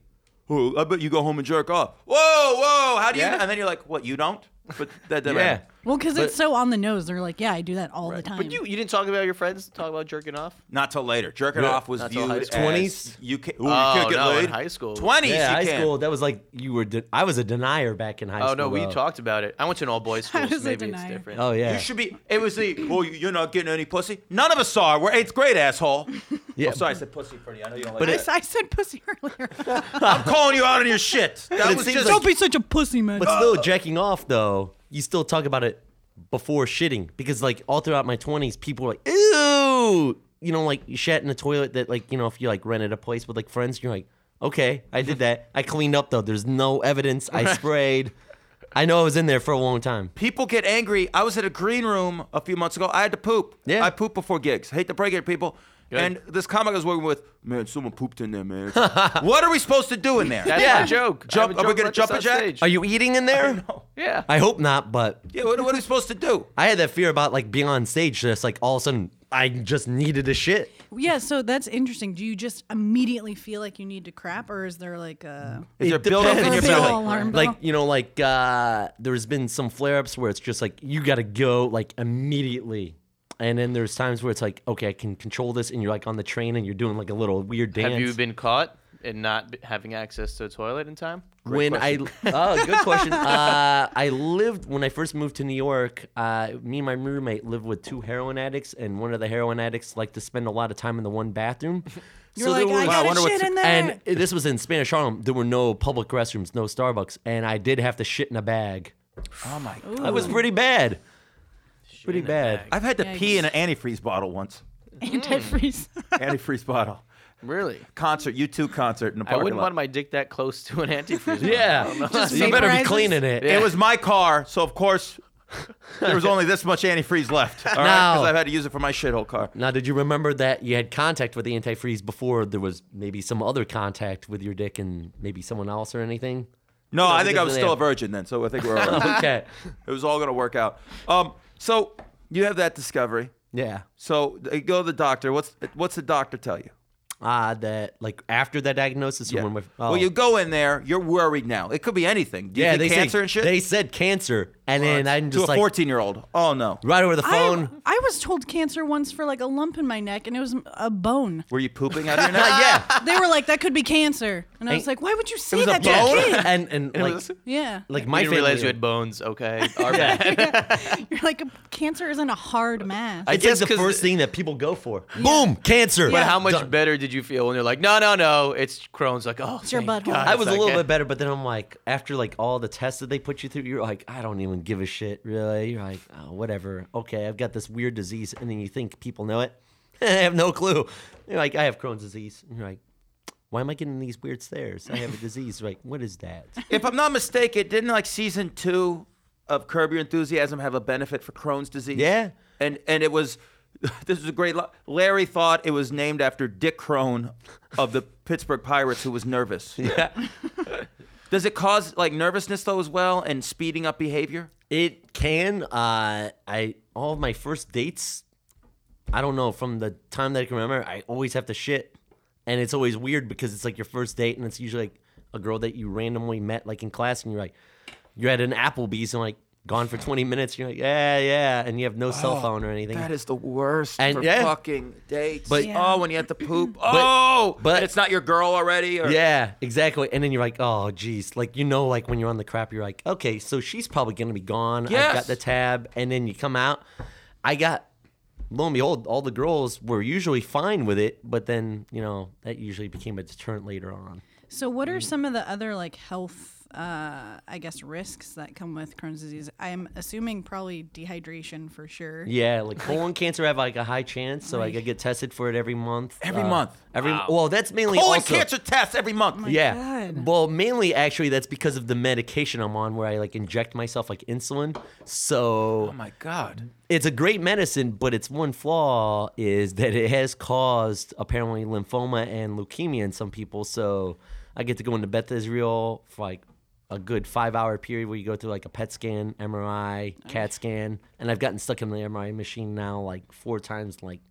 Speaker 3: oh, I bet you go home and jerk off. Whoa, whoa, how do you?
Speaker 4: Yeah.
Speaker 3: And then you're like, what? You don't? But that doesn't
Speaker 6: yeah.
Speaker 3: matter.
Speaker 5: Well, because it's so on the nose. They're like, yeah, I do that all the time.
Speaker 4: But you, you didn't talk about your friends. Talk about jerking off.
Speaker 3: Not till later. Jerking
Speaker 6: Yeah.
Speaker 3: off was
Speaker 4: Not till
Speaker 3: viewed
Speaker 4: high
Speaker 3: as
Speaker 4: school.
Speaker 6: 20s?
Speaker 3: You can, ooh,
Speaker 4: Oh,
Speaker 3: you could get
Speaker 4: no, in
Speaker 3: laid.
Speaker 4: high school.
Speaker 3: Twenties.
Speaker 6: Yeah, high
Speaker 3: you can.
Speaker 6: school. That was like you were. De- I was a denier back in high
Speaker 4: Oh
Speaker 6: school.
Speaker 4: no, we
Speaker 6: though.
Speaker 4: talked about it. I went to an all
Speaker 6: [laughs]
Speaker 4: boys
Speaker 5: I
Speaker 4: school, so
Speaker 5: was a
Speaker 4: maybe it's
Speaker 5: denier.
Speaker 4: different.
Speaker 6: Oh yeah.
Speaker 3: You should be. It was the. Oh, you're not getting any pussy. None of us are. We're eighth grade, asshole.
Speaker 6: Yeah.
Speaker 3: I'm sorry, I said pussy pretty. I know you don't like
Speaker 6: But
Speaker 5: I,
Speaker 3: that.
Speaker 5: s- I said pussy [laughs] earlier.
Speaker 3: I'm calling you out on your shit. That
Speaker 6: it
Speaker 3: was
Speaker 6: seems
Speaker 3: just.
Speaker 6: like-
Speaker 5: Don't be such a pussy, man.
Speaker 6: But still, jacking off though, you still talk about it before shitting because like all throughout my twenties, people were like, "Ew," you know, like you shat in the toilet. That like you know, if you like rented a place with like friends, you're like, "Okay, I did that. I cleaned up though. There's no evidence. I sprayed. I know I was in there for a long time."
Speaker 3: people get angry. I was at a green room a few months ago. I had to poop.
Speaker 6: Yeah.
Speaker 3: I poop before gigs. hate to break it, people. And this comic I was working with, man, someone pooped in there, man. what are we supposed to do in there?
Speaker 4: That's
Speaker 6: Yeah.
Speaker 4: my joke. I
Speaker 3: Jump-
Speaker 4: have
Speaker 3: are
Speaker 4: a
Speaker 3: we
Speaker 4: joke
Speaker 3: gonna
Speaker 4: about
Speaker 3: jump
Speaker 4: this
Speaker 3: a
Speaker 4: on
Speaker 3: jack?
Speaker 4: stage.
Speaker 6: Are you eating in there?
Speaker 4: Yeah.
Speaker 6: I hope not, but
Speaker 3: yeah, what, what are we supposed to do?
Speaker 6: I had that fear about like being on stage. Just like all of a sudden, I just needed a shit.
Speaker 5: yeah, so that's interesting. Do you just immediately feel like you need to crap, or is there like a
Speaker 3: Is there
Speaker 6: It
Speaker 3: buildup in your
Speaker 6: depends.
Speaker 5: Verbal
Speaker 3: belly?
Speaker 5: alarm bell?
Speaker 6: like you know like uh there's been some flare-ups where it's just like you gotta go like immediately and then there's times where it's like okay i can control this and you're like on the train and you're doing like a little weird dance
Speaker 4: Have you been caught in not b- having access to a toilet in time?
Speaker 6: when i oh good
Speaker 5: [laughs]
Speaker 6: question uh i lived when i first moved to new york uh me and my roommate lived with two heroin addicts and one of the heroin addicts liked to spend a lot of time in the one
Speaker 5: [laughs]
Speaker 6: bathroom
Speaker 5: You're
Speaker 6: So there
Speaker 5: like, I
Speaker 6: was-
Speaker 5: got
Speaker 3: wonder
Speaker 5: to
Speaker 3: what's-
Speaker 5: shit in there.
Speaker 6: and this was in Spanish Harlem. There were no public restrooms, no Starbucks, and I did have to shit in a bag.
Speaker 3: Oh my god.
Speaker 6: That was pretty bad. Pretty bad.
Speaker 3: I've had to pee
Speaker 5: Yikes.
Speaker 3: in an antifreeze bottle once.
Speaker 6: Mm.
Speaker 5: antifreeze.
Speaker 3: antifreeze bottle.
Speaker 4: Really?
Speaker 3: Concert, U2 concert in the
Speaker 4: I
Speaker 3: parking
Speaker 4: wouldn't
Speaker 3: lot.
Speaker 4: want my dick that close to an antifreeze. bottle.
Speaker 6: [laughs] Yeah.
Speaker 5: Just
Speaker 6: you better be
Speaker 5: vaporizes.
Speaker 6: cleaning it.
Speaker 3: it was my car, so of course There was only this much antifreeze left. All right,
Speaker 6: No.
Speaker 3: because I've had to use it for my shithole car.
Speaker 6: Now, did you remember that you had contact with the antifreeze before there was maybe some other contact with your dick and maybe someone else or [laughs] anything?
Speaker 3: No,
Speaker 6: No,
Speaker 3: I think I
Speaker 6: because
Speaker 3: was
Speaker 6: they
Speaker 3: still a
Speaker 6: have-
Speaker 3: virgin then, so I think we're all right.
Speaker 6: [laughs] Okay.
Speaker 3: It was all gonna work out. Um, so you have that discovery.
Speaker 6: yeah.
Speaker 3: So they go to the doctor. What's what's the doctor tell you?
Speaker 6: Uh, that like after that diagnosis,
Speaker 3: Yeah.
Speaker 6: someone with oh.
Speaker 3: Well, you go in there. You're worried now. It could be anything. Do you think
Speaker 6: they said-
Speaker 3: cancer and shit.
Speaker 6: They said cancer, and then I'm
Speaker 3: to
Speaker 6: just
Speaker 3: a
Speaker 6: like
Speaker 3: 14 year old. Oh no.
Speaker 6: right over the
Speaker 5: I,
Speaker 6: phone.
Speaker 4: [laughs]
Speaker 5: I was told cancer once for like a lump in my neck, and it was a bone.
Speaker 3: Were you pooping out of your neck?
Speaker 6: yeah,
Speaker 5: They were like, "That could be cancer," and I was
Speaker 6: Ain't-
Speaker 5: like, "Why would you say
Speaker 3: was a
Speaker 5: that to
Speaker 3: bone?
Speaker 5: a
Speaker 6: [laughs]
Speaker 5: kid?"
Speaker 6: and and like
Speaker 5: Yeah,
Speaker 6: like
Speaker 4: I
Speaker 6: my
Speaker 4: didn't
Speaker 6: family.
Speaker 4: realize you had bones.
Speaker 6: [laughs]
Speaker 4: Okay. Our bad.
Speaker 5: you're like, "Cancer isn't a hard mass."
Speaker 6: I guess
Speaker 4: It's
Speaker 6: the
Speaker 4: 'cause
Speaker 6: first
Speaker 4: the-
Speaker 6: thing that people go for. Boom, cancer.
Speaker 4: But how much
Speaker 6: Done.
Speaker 4: better did you feel when they're like, no, no, no, it's Crohn's? Like, oh,
Speaker 5: your
Speaker 4: thank
Speaker 5: butthole.
Speaker 4: God,
Speaker 6: I
Speaker 4: it's
Speaker 6: was a
Speaker 4: like-
Speaker 6: little bit better, but then I'm like, after like all the tests that they put you through, you're like, I don't even give a shit, really. You're like, oh, whatever. Okay, I've got this weird disease, and then you think people know it. [laughs] I have no clue. You're like, I have Crohn's disease. And you're like, why am I getting these weird stares? I have a disease. Like, what is that?
Speaker 3: if I'm not mistaken, didn't like season two of Curb Your Enthusiasm have a benefit for Crohn's disease?
Speaker 6: Yeah.
Speaker 3: and and it was [laughs] this is a great. Lo- Larry thought it was named after Dick Crone of the [laughs] Pittsburgh Pirates, who was nervous. Yeah. [laughs] Does it cause like nervousness though as well and speeding up behavior?
Speaker 6: It can. Uh, I all of my first dates. I don't know. From the time that I can remember, I always have to shit, and it's always weird because it's like your first date, and it's usually like a girl that you randomly met like in class, and you're like, you're at an Applebee's and like gone for 20 minutes. And you're like, yeah, yeah, and you have no cell phone or anything.
Speaker 3: That is the worst
Speaker 6: And-
Speaker 3: for
Speaker 6: yeah.
Speaker 3: fucking dates.
Speaker 6: But-
Speaker 5: Yeah.
Speaker 3: oh, when you have to poop. oh,
Speaker 6: [clears throat] but-
Speaker 3: and it's not your girl already. Or,
Speaker 6: yeah, exactly. And then you're like, oh, geez. Like, you know, like when you're on the crap, you're like, okay, so she's probably going to be gone. I've
Speaker 3: Yes.
Speaker 6: got the tab. And then you come out. I got, lo and behold, all the girls were usually fine with it. But then, you know, that usually became a deterrent later on.
Speaker 5: So, what
Speaker 6: Mm.
Speaker 5: are some of the other like health, uh, I guess, risks that come with Crohn's disease? I'm assuming probably dehydration for sure.
Speaker 6: Yeah, like colon cancer, I have like a high chance. So I get tested for it every month. Uh,
Speaker 3: Every month?
Speaker 6: Every, Well, that's mainly
Speaker 3: colon
Speaker 6: also-
Speaker 3: cancer Oh tests every month.
Speaker 6: yeah.
Speaker 5: God.
Speaker 6: Well, mainly actually, that's because of the medication I'm on, where I like inject myself like insulin. So
Speaker 3: oh my god.
Speaker 6: it's a great medicine, but its one flaw is that it has caused apparently lymphoma and leukemia in some people. So I get to go into Beth Israel for like a good five hour period where you go through like a PET scan, MRI, CAT scan, and I've gotten stuck in the MRI machine now like four times, in, like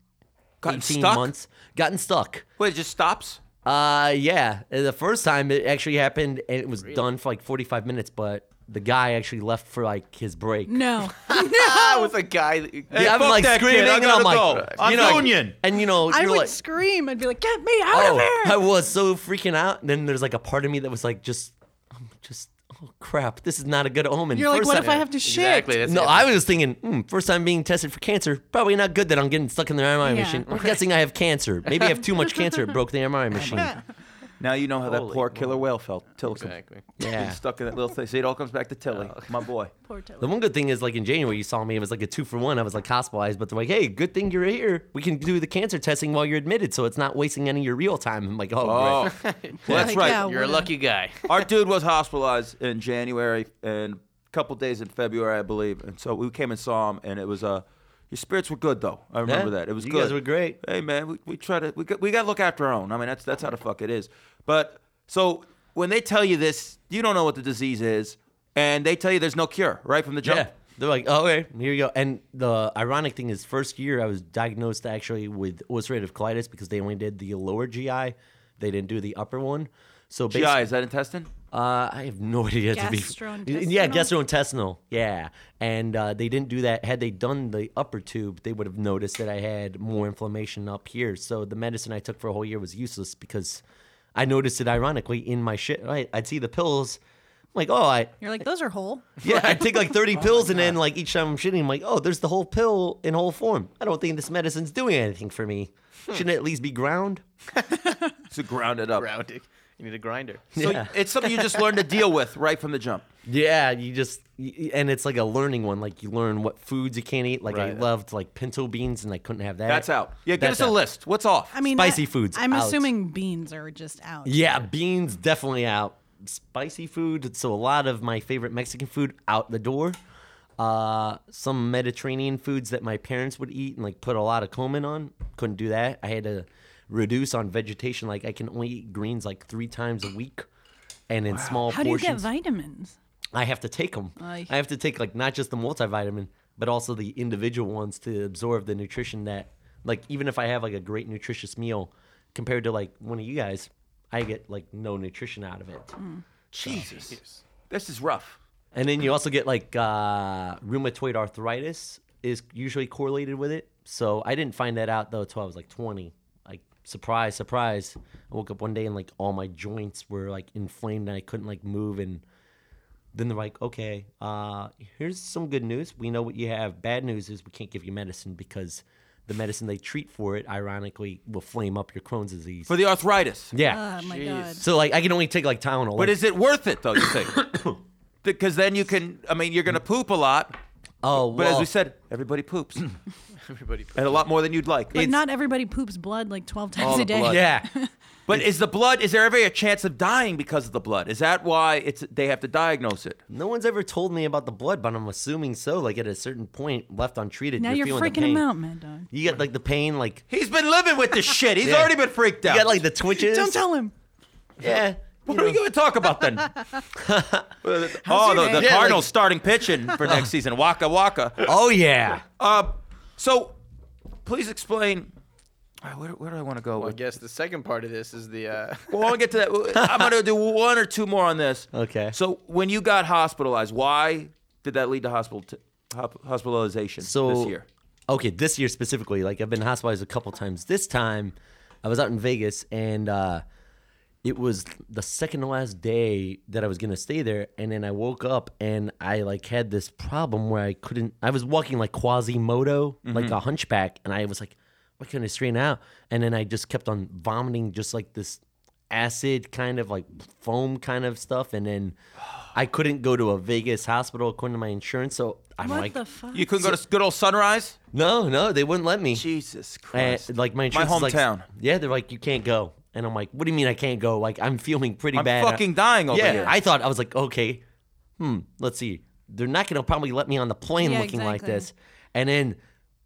Speaker 3: Gotten
Speaker 6: 18
Speaker 3: stuck?
Speaker 6: months. Gotten stuck.
Speaker 3: Wait, it just stops.
Speaker 6: Uh, yeah. The first time it actually happened, and it was done for like 45 minutes, but the guy actually left for like his break. [laughs]
Speaker 5: No. [laughs]
Speaker 4: Ah, with a guy. That,
Speaker 6: Yeah, I'm
Speaker 3: Oh. fuck
Speaker 6: like
Speaker 3: that kid.
Speaker 6: screaming,
Speaker 3: I
Speaker 6: and
Speaker 3: gotta
Speaker 6: I'm like,
Speaker 3: go. I'm
Speaker 6: you know,
Speaker 3: union.
Speaker 6: and you know,
Speaker 5: I
Speaker 6: you're
Speaker 5: would
Speaker 6: like,
Speaker 5: scream. I'd be like, get me out of
Speaker 6: oh,
Speaker 5: here.
Speaker 6: I was so freaking out. And then there's like a part of me that was like, just, I'm just, oh crap, this is not a good omen.
Speaker 5: You're like,
Speaker 6: First
Speaker 5: what
Speaker 6: time-
Speaker 5: if I have to shit?
Speaker 4: Exactly. That's
Speaker 6: [laughs] No,
Speaker 4: it.
Speaker 6: I was thinking, hmm, first time being tested for cancer, probably not good that I'm getting stuck in the MRI
Speaker 5: Yeah.
Speaker 6: machine. I'm guessing I have cancer. Maybe I have too much cancer. It broke the
Speaker 5: [laughs]
Speaker 6: MRI machine.
Speaker 3: Now you know how that poor killer whale felt. Tilly
Speaker 4: Exactly.
Speaker 6: Yeah.
Speaker 3: stuck in that little thing. See, it all comes back to Tilly, my [laughs] boy.
Speaker 5: Poor
Speaker 6: The
Speaker 5: Tilly.
Speaker 6: one good thing is, like in January, you saw me. It was like a two for one. I was like hospitalized, but they're like, "Hey, good thing you're here. We can do the cancer testing while you're admitted, so it's not wasting any of your real time." I'm like, "Oh, great."
Speaker 3: well, that's
Speaker 5: Like,
Speaker 3: right.
Speaker 5: yeah,
Speaker 4: You're a
Speaker 5: what
Speaker 4: lucky guy. [laughs]
Speaker 3: Our dude was hospitalized in January and a couple days in February, I believe. And so we came and saw him, and it was Uh, your spirits were good though. I remember
Speaker 6: Yeah,
Speaker 3: that. It was
Speaker 6: you
Speaker 3: good.
Speaker 6: guys were great.
Speaker 3: Hey man, we, we try to we got, we got to look after our own. I mean that's that's how the fuck it is. But so when they tell you this, you don't know what the disease is, and they tell you there's no cure right from the jump.
Speaker 6: Yeah. They're like, oh, okay, here you go. And the ironic thing is, first year I was diagnosed actually with ulcerative colitis because they only did the lower GI, they didn't do the upper one. So
Speaker 3: GI
Speaker 6: basically,
Speaker 3: is that intestine?
Speaker 6: Uh, I have no [laughs] idea to be.
Speaker 5: Gastrointestinal?
Speaker 6: Yeah, gastrointestinal. Yeah, and uh, they didn't do that. Had they done the upper tube, they would have noticed that I had more inflammation up here. So the medicine I took for a whole year was useless because I noticed it ironically in my shit. Right, I'd see the pills. I'm like, oh, I
Speaker 5: You're like, those are whole.
Speaker 6: yeah, Oh I take like [laughs] 30 pills, and then like each time I'm shitting, I'm like, oh, there's the whole pill in whole form. I don't think this medicine's doing anything for me. Shouldn't it at least be ground?
Speaker 3: To ground it up.
Speaker 4: Grounded. You need a grinder. [laughs]
Speaker 3: So
Speaker 6: Yeah.
Speaker 3: it's something you just learn to deal with right from the jump.
Speaker 6: Yeah, you just y- y- and it's like a learning one. Like you learn what foods you can't eat. Like I loved like pinto beans, and I couldn't have that.
Speaker 3: That's out. Yeah, give
Speaker 6: That's
Speaker 3: us a
Speaker 6: out.
Speaker 3: list. What's off?
Speaker 5: I mean,
Speaker 6: Spicy
Speaker 5: I-
Speaker 6: foods
Speaker 5: I'm
Speaker 6: out.
Speaker 5: assuming beans are just out.
Speaker 6: Yeah, beans definitely out. Spicy food. So a lot of my favorite Mexican food out the door. uh, some Mediterranean foods that my parents would eat and like put a lot of cumin on. Couldn't do that. I had to reduce on vegetation. Like I can only eat greens like three times a week, and in small
Speaker 5: How do you
Speaker 6: portions.
Speaker 5: get vitamins?
Speaker 6: I have to take them.
Speaker 5: Aye.
Speaker 6: I have to take like not just the multivitamin, but also the individual ones to absorb the nutrition that, like, even if I have like a great nutritious meal, compared to like one of you guys, I get like no nutrition out of it.
Speaker 3: Jesus, this is rough.
Speaker 6: And then you also get like uh, rheumatoid arthritis is usually correlated with it. So I didn't find that out though until I was like 20. Like surprise, surprise. I woke up one day and like all my joints were like inflamed and I couldn't like move. And then they're like, okay, uh, here's some good news. We know what you have. Bad news is we can't give you medicine because the medicine they treat for it, ironically, will flame up your Crohn's disease.
Speaker 3: For the arthritis.
Speaker 6: yeah.
Speaker 5: Oh my god.
Speaker 6: so like I can only take like Tylenol.
Speaker 3: But is it worth it though? You
Speaker 6: [coughs]
Speaker 3: think? Because then you can. I mean, you're gonna poop a lot.
Speaker 6: oh,
Speaker 3: But as
Speaker 6: well,
Speaker 3: we said, everybody
Speaker 6: [coughs]
Speaker 3: poops, and
Speaker 4: Everybody.
Speaker 3: a lot more than you'd like.
Speaker 5: But not everybody poops blood like 12 times
Speaker 3: the
Speaker 5: a day.
Speaker 3: blood.
Speaker 6: yeah.
Speaker 3: But is the blood? Is there ever a chance of dying because of the blood? Is that why it's they have to diagnose it?
Speaker 6: No one's ever told me about the blood, but I'm assuming so. Like at a certain point, left untreated,
Speaker 5: Now
Speaker 6: you're,
Speaker 5: you're,
Speaker 6: feeling the
Speaker 5: freaking
Speaker 6: pain.
Speaker 5: him out, Mad Dog.
Speaker 6: You get like the pain, like
Speaker 3: He's been living with this shit. He's
Speaker 6: Yeah.
Speaker 3: already been freaked out.
Speaker 6: you got like the twitches.
Speaker 5: Don't tell him.
Speaker 6: Yeah.
Speaker 3: What are we going to talk about
Speaker 6: [laughs]
Speaker 3: then? [laughs] oh,
Speaker 5: your
Speaker 3: the, the
Speaker 5: name?
Speaker 3: Cardinals starting pitching for next season. Waka waka.
Speaker 6: Oh yeah.
Speaker 3: Uh, so, please explain. uh, Where, where do I want to go?
Speaker 4: Well, I
Speaker 3: with?
Speaker 4: guess the second part of this is the.
Speaker 6: [laughs]
Speaker 4: Uh,
Speaker 3: Well, I'll get to that. I'm going to do one or two more on this.
Speaker 6: Okay.
Speaker 3: So, when you got hospitalized, why did that lead to hospital hop- hospitalization
Speaker 6: So
Speaker 3: this year?
Speaker 6: Okay, this year specifically. Like I've been hospitalized a couple times. This time, I was out in Vegas and uh, it was the second to last day that I was gonna stay there, and then I woke up and I like had this problem where I couldn't. I was walking like Quasimodo, like a hunchback, and I was like, "Why couldn't I straighten out?" And then I just kept on vomiting, just like this acid kind of like foam kind of stuff, and then I couldn't go to a Vegas hospital according to my insurance. So I'm
Speaker 5: What
Speaker 6: like,
Speaker 5: the fuck?
Speaker 3: You couldn't go to good old Sunrise?
Speaker 6: "No, no, they wouldn't let me."
Speaker 3: Jesus
Speaker 6: And,
Speaker 3: Christ.
Speaker 6: like my insurance is like-
Speaker 3: hometown.
Speaker 6: yeah, they're like, you can't go, and I'm like, what do you mean I can't go? Like I'm feeling pretty
Speaker 3: I'm
Speaker 6: bad.
Speaker 3: fucking dying over
Speaker 6: yeah,
Speaker 3: here.
Speaker 6: I thought I was like, okay, hmm, let's see. They're not gonna probably let me on the plane
Speaker 5: Yeah,
Speaker 6: looking like
Speaker 5: exactly.
Speaker 6: this. And then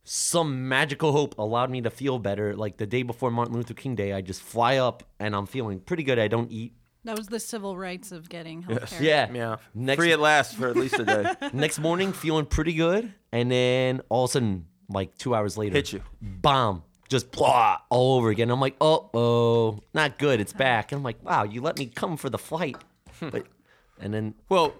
Speaker 6: some magical hope allowed me to feel better. Like the day before Martin Luther King Day, I just fly up and I'm feeling pretty good. I don't eat.
Speaker 5: That was the civil rights of getting healthcare.
Speaker 6: Yeah,
Speaker 4: yeah.
Speaker 6: Next
Speaker 3: Free at last for at least a day.
Speaker 6: next morning, feeling pretty good, and then all of a sudden, like two hours later,
Speaker 3: Hit you.
Speaker 6: bomb, just blah, all over again. I'm like, oh, oh, not good. It's back. And I'm like, wow, you let me come for the flight,
Speaker 3: Hmm.
Speaker 6: but,
Speaker 3: [laughs]
Speaker 6: and then
Speaker 3: [laughs] Well,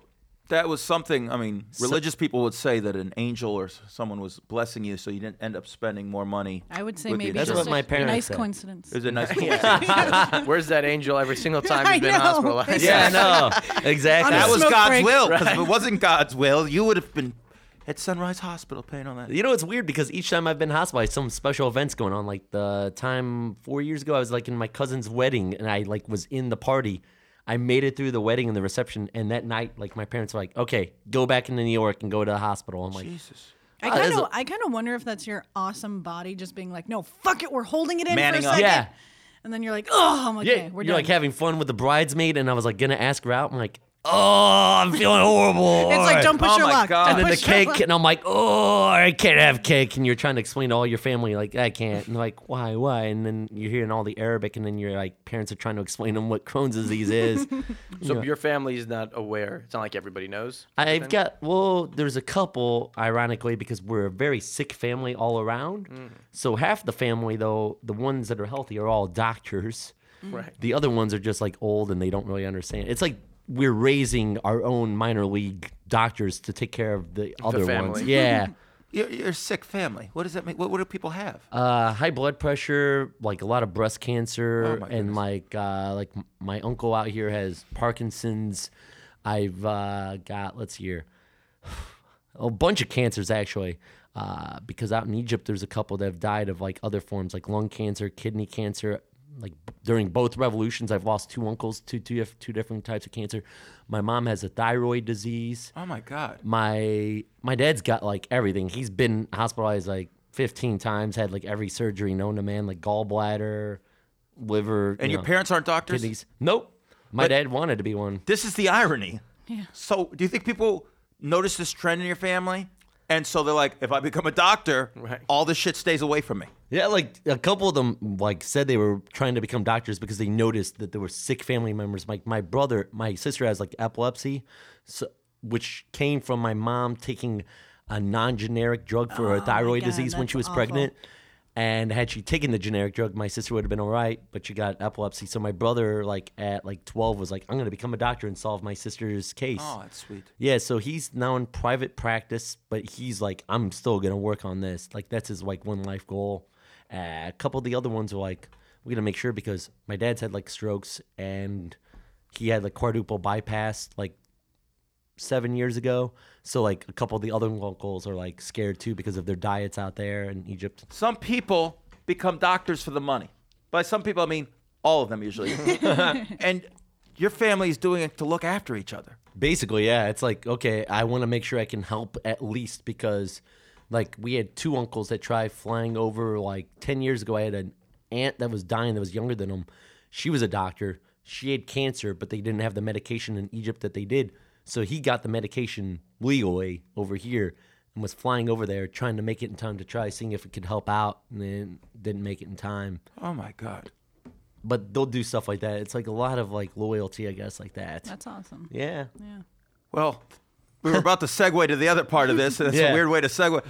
Speaker 3: that was something. I mean, religious people would say that an angel or s- someone was blessing you, so you didn't end up spending more money.
Speaker 5: I would say
Speaker 3: with the
Speaker 5: maybe
Speaker 3: insurance.
Speaker 6: That's
Speaker 5: just a [laughs]
Speaker 6: what my parents
Speaker 5: nice
Speaker 6: said.
Speaker 5: coincidence.
Speaker 3: It was a [laughs] nice. coincidence.
Speaker 4: [laughs] where's that angel every single time
Speaker 5: [laughs] I
Speaker 4: you've been
Speaker 5: know.
Speaker 4: hospitalized?
Speaker 6: yeah, no, [laughs] exactly.
Speaker 5: I'm
Speaker 3: that
Speaker 5: a
Speaker 3: was
Speaker 5: smoke
Speaker 3: God's
Speaker 5: break.
Speaker 3: will. Because if it wasn't God's will, you would have been at Sunrise Hospital paying all that.
Speaker 6: You know, it's weird because each time I've been hospitalized, some special event's going on. Like the time four years ago, I was like in my cousin's wedding and I like was in the party. I made it through the wedding and the reception. And that night, like my parents were like, okay, go back into New York and go to the hospital. I'm like,
Speaker 3: Jesus.
Speaker 6: "Ah,
Speaker 5: I
Speaker 6: this
Speaker 5: kind
Speaker 6: is
Speaker 5: of,
Speaker 6: a-
Speaker 5: I kind of wonder if that's your awesome body just being like, no, fuck it, we're holding it in
Speaker 3: Manning
Speaker 5: for a
Speaker 3: up.
Speaker 5: second.
Speaker 6: Yeah.
Speaker 5: And then you're like, oh, I'm okay,
Speaker 6: yeah,
Speaker 5: we're
Speaker 6: you're
Speaker 5: done.
Speaker 6: like having fun with the bridesmaid. And I was like, gonna ask her out. I'm like, oh, I'm feeling
Speaker 5: [laughs]
Speaker 6: horrible.
Speaker 5: it's like, don't push
Speaker 3: Oh
Speaker 5: your
Speaker 3: my
Speaker 5: luck.
Speaker 3: God.
Speaker 5: don't
Speaker 6: and then the
Speaker 5: push your
Speaker 6: cake,
Speaker 5: luck.
Speaker 6: and I'm like, oh, I can't have cake. And you're trying to explain to all your family, like, I can't. And like, why, why? And then you're hearing all the Arabic, and then your like parents are trying to explain them what Crohn's disease
Speaker 5: [laughs]
Speaker 6: is.
Speaker 4: So your family's not aware. It's not like everybody knows.
Speaker 6: I've got well, there's a couple, ironically, because we're a very sick family all around.
Speaker 5: Mm.
Speaker 6: So half the family, though, the ones that are healthy are all doctors.
Speaker 5: Mm.
Speaker 4: Right.
Speaker 6: The other ones are just like old and they don't really understand. It's like we're raising our own minor league doctors to take care of the other ones.
Speaker 4: family.
Speaker 6: Yeah.
Speaker 3: You're, you're a sick family. What does that mean? What, what do people have?
Speaker 6: uh, high blood pressure, like a lot of breast cancer,
Speaker 3: my
Speaker 6: and like uh, like m- my uncle out here has Parkinson's. I've uh, got let's see here, [sighs] a bunch of cancers actually, uh, because out in Egypt there's a couple that have died of like other forms like lung cancer, kidney cancer. Like b- during both revolutions, I've lost two uncles, two two dif- two different types of cancer. My mom has a thyroid disease
Speaker 3: oh my God.
Speaker 6: my my dad's got like everything. He's been hospitalized like 15 times, had like every surgery known to man, like gallbladder, liver,
Speaker 3: And
Speaker 6: you
Speaker 3: your
Speaker 6: know,
Speaker 3: parents aren't doctors.
Speaker 6: kidneys. Nope. My dad wanted to be one.
Speaker 3: This is the irony.
Speaker 5: Yeah.
Speaker 3: So, do you think people notice this trend in your family, and so they're like, if I become a doctor,
Speaker 4: Right.
Speaker 3: all this shit stays away from me.
Speaker 6: Yeah, like a couple of them like said they were trying to become doctors because they noticed that there were sick family members. Like my brother, my sister has like epilepsy, so, which came from my mom taking a non-generic drug for her thyroid
Speaker 5: Oh God,
Speaker 6: disease when
Speaker 5: that's
Speaker 6: she was
Speaker 5: awful.
Speaker 6: pregnant. And had she taken the generic drug, my sister would have been all right, but she got epilepsy. So my brother, like at like 12, was like, "I'm going to become a doctor and solve my sister's case."
Speaker 3: Oh, that's sweet.
Speaker 6: Yeah, so he's now in private practice, but he's like, I'm still gonna work on this. Like that's his like one life goal. Uh, a couple of the other ones are like, we're gonna make sure because my dad's had like strokes and he had like quadruple bypass like seven years ago. So like a couple of the other locals are like scared too because of their diets out there in Egypt.
Speaker 3: Some people become doctors for the money. By some people, I mean all of them
Speaker 5: [laughs]
Speaker 3: usually. and your family is doing it to look after each other.
Speaker 6: Basically, yeah, it's like okay, I want to make sure I can help at least because, like, we had two uncles that tried flying over like ten years ago. I had an aunt that was dying that was younger than him. She was a doctor. She had cancer, but they didn't have the medication in Egypt that they did. So he got the medication legally over here and was flying over there trying to make it in time to try seeing if it could help out, and then didn't make it in time.
Speaker 3: Oh my God.
Speaker 6: But they'll do stuff like that. It's like a lot of like loyalty, I guess, like that.
Speaker 5: That's awesome.
Speaker 6: yeah.
Speaker 3: Well, we were about to segue to the other part of this, and it's
Speaker 6: Yeah.
Speaker 3: a weird way to segue.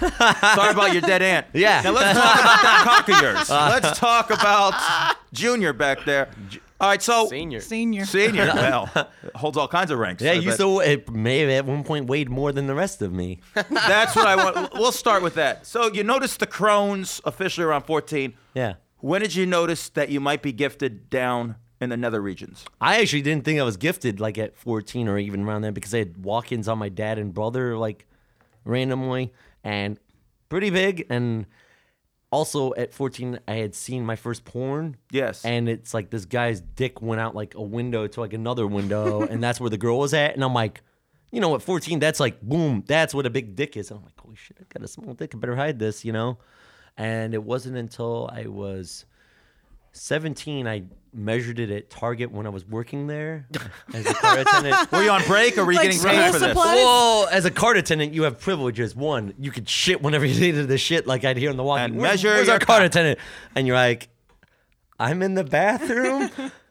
Speaker 3: Sorry about your dead aunt.
Speaker 6: Yeah. Uh.
Speaker 3: Now let's talk about that cock of yours. let's talk about Junior back there. All right, so
Speaker 4: Senior.
Speaker 5: Senior.
Speaker 6: [laughs]
Speaker 3: Senior, well, holds all kinds of ranks.
Speaker 6: Yeah,
Speaker 3: I
Speaker 6: you
Speaker 3: bet.
Speaker 6: still it may at one point weighed more than the rest of me.
Speaker 3: That's what I want. We'll start with that. So you noticed the Crohn's officially around 14.
Speaker 6: Yeah.
Speaker 3: When did you notice that you might be gifted down in the nether regions?
Speaker 6: I actually didn't think I was gifted like at 14 or even around then because I had walk-ins on my dad and brother like randomly and pretty big and also at 14 I had seen my first porn.
Speaker 3: Yes.
Speaker 6: And it's like this guy's dick went out like a window to like another window and that's where the girl was at and I'm like you know, at 14, that's like, boom, that's what a big dick is. And I'm like, holy shit, I got a small dick. I better hide this, you know? And it wasn't until I was 17, I measured it at Target when I was
Speaker 3: [laughs]
Speaker 6: working there as a car attendant.
Speaker 3: Were you on break or were you
Speaker 5: Like
Speaker 3: getting
Speaker 5: school
Speaker 3: paid for this?
Speaker 5: supplies?
Speaker 6: Well, as a cart attendant, you have privileges. One, you could shit whenever you [laughs] needed to shit, like I'd hear on the walk.
Speaker 3: And
Speaker 6: "Where's-
Speaker 3: measure
Speaker 6: Where's
Speaker 3: your
Speaker 6: our cart
Speaker 3: cock."
Speaker 6: attendant? And you're like, I'm in the
Speaker 3: [laughs]
Speaker 6: bathroom.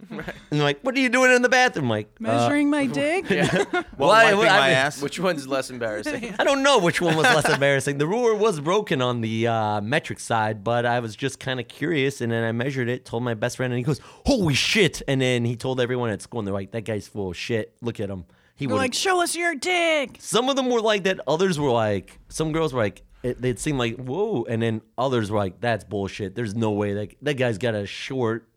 Speaker 6: And like, what are you doing in the bathroom? Like, uh,
Speaker 5: Measuring
Speaker 6: [laughs]
Speaker 5: my dick.
Speaker 3: Well,
Speaker 6: Why-
Speaker 3: wiping
Speaker 6: why- I
Speaker 3: my
Speaker 6: mean,
Speaker 3: ass.
Speaker 4: Which one's
Speaker 5: [laughs]
Speaker 4: less embarrassing?
Speaker 6: I don't know which one was less embarrassing. The ruler was broken on the uh, metric side, but I was just kind of curious, and then I measured it. Told my best friend, and he goes, "Holy shit!" And then he told everyone at school, and they're like, "That guy's full of shit. Look at him. He
Speaker 5: They're
Speaker 6: would."
Speaker 5: [laughs] like, show us your dick.
Speaker 6: some of them were like that. Others were like, some girls were like, it, they'd seem like, "Whoa," and then others were like, "That's bullshit. There's no way that that guy's got a short,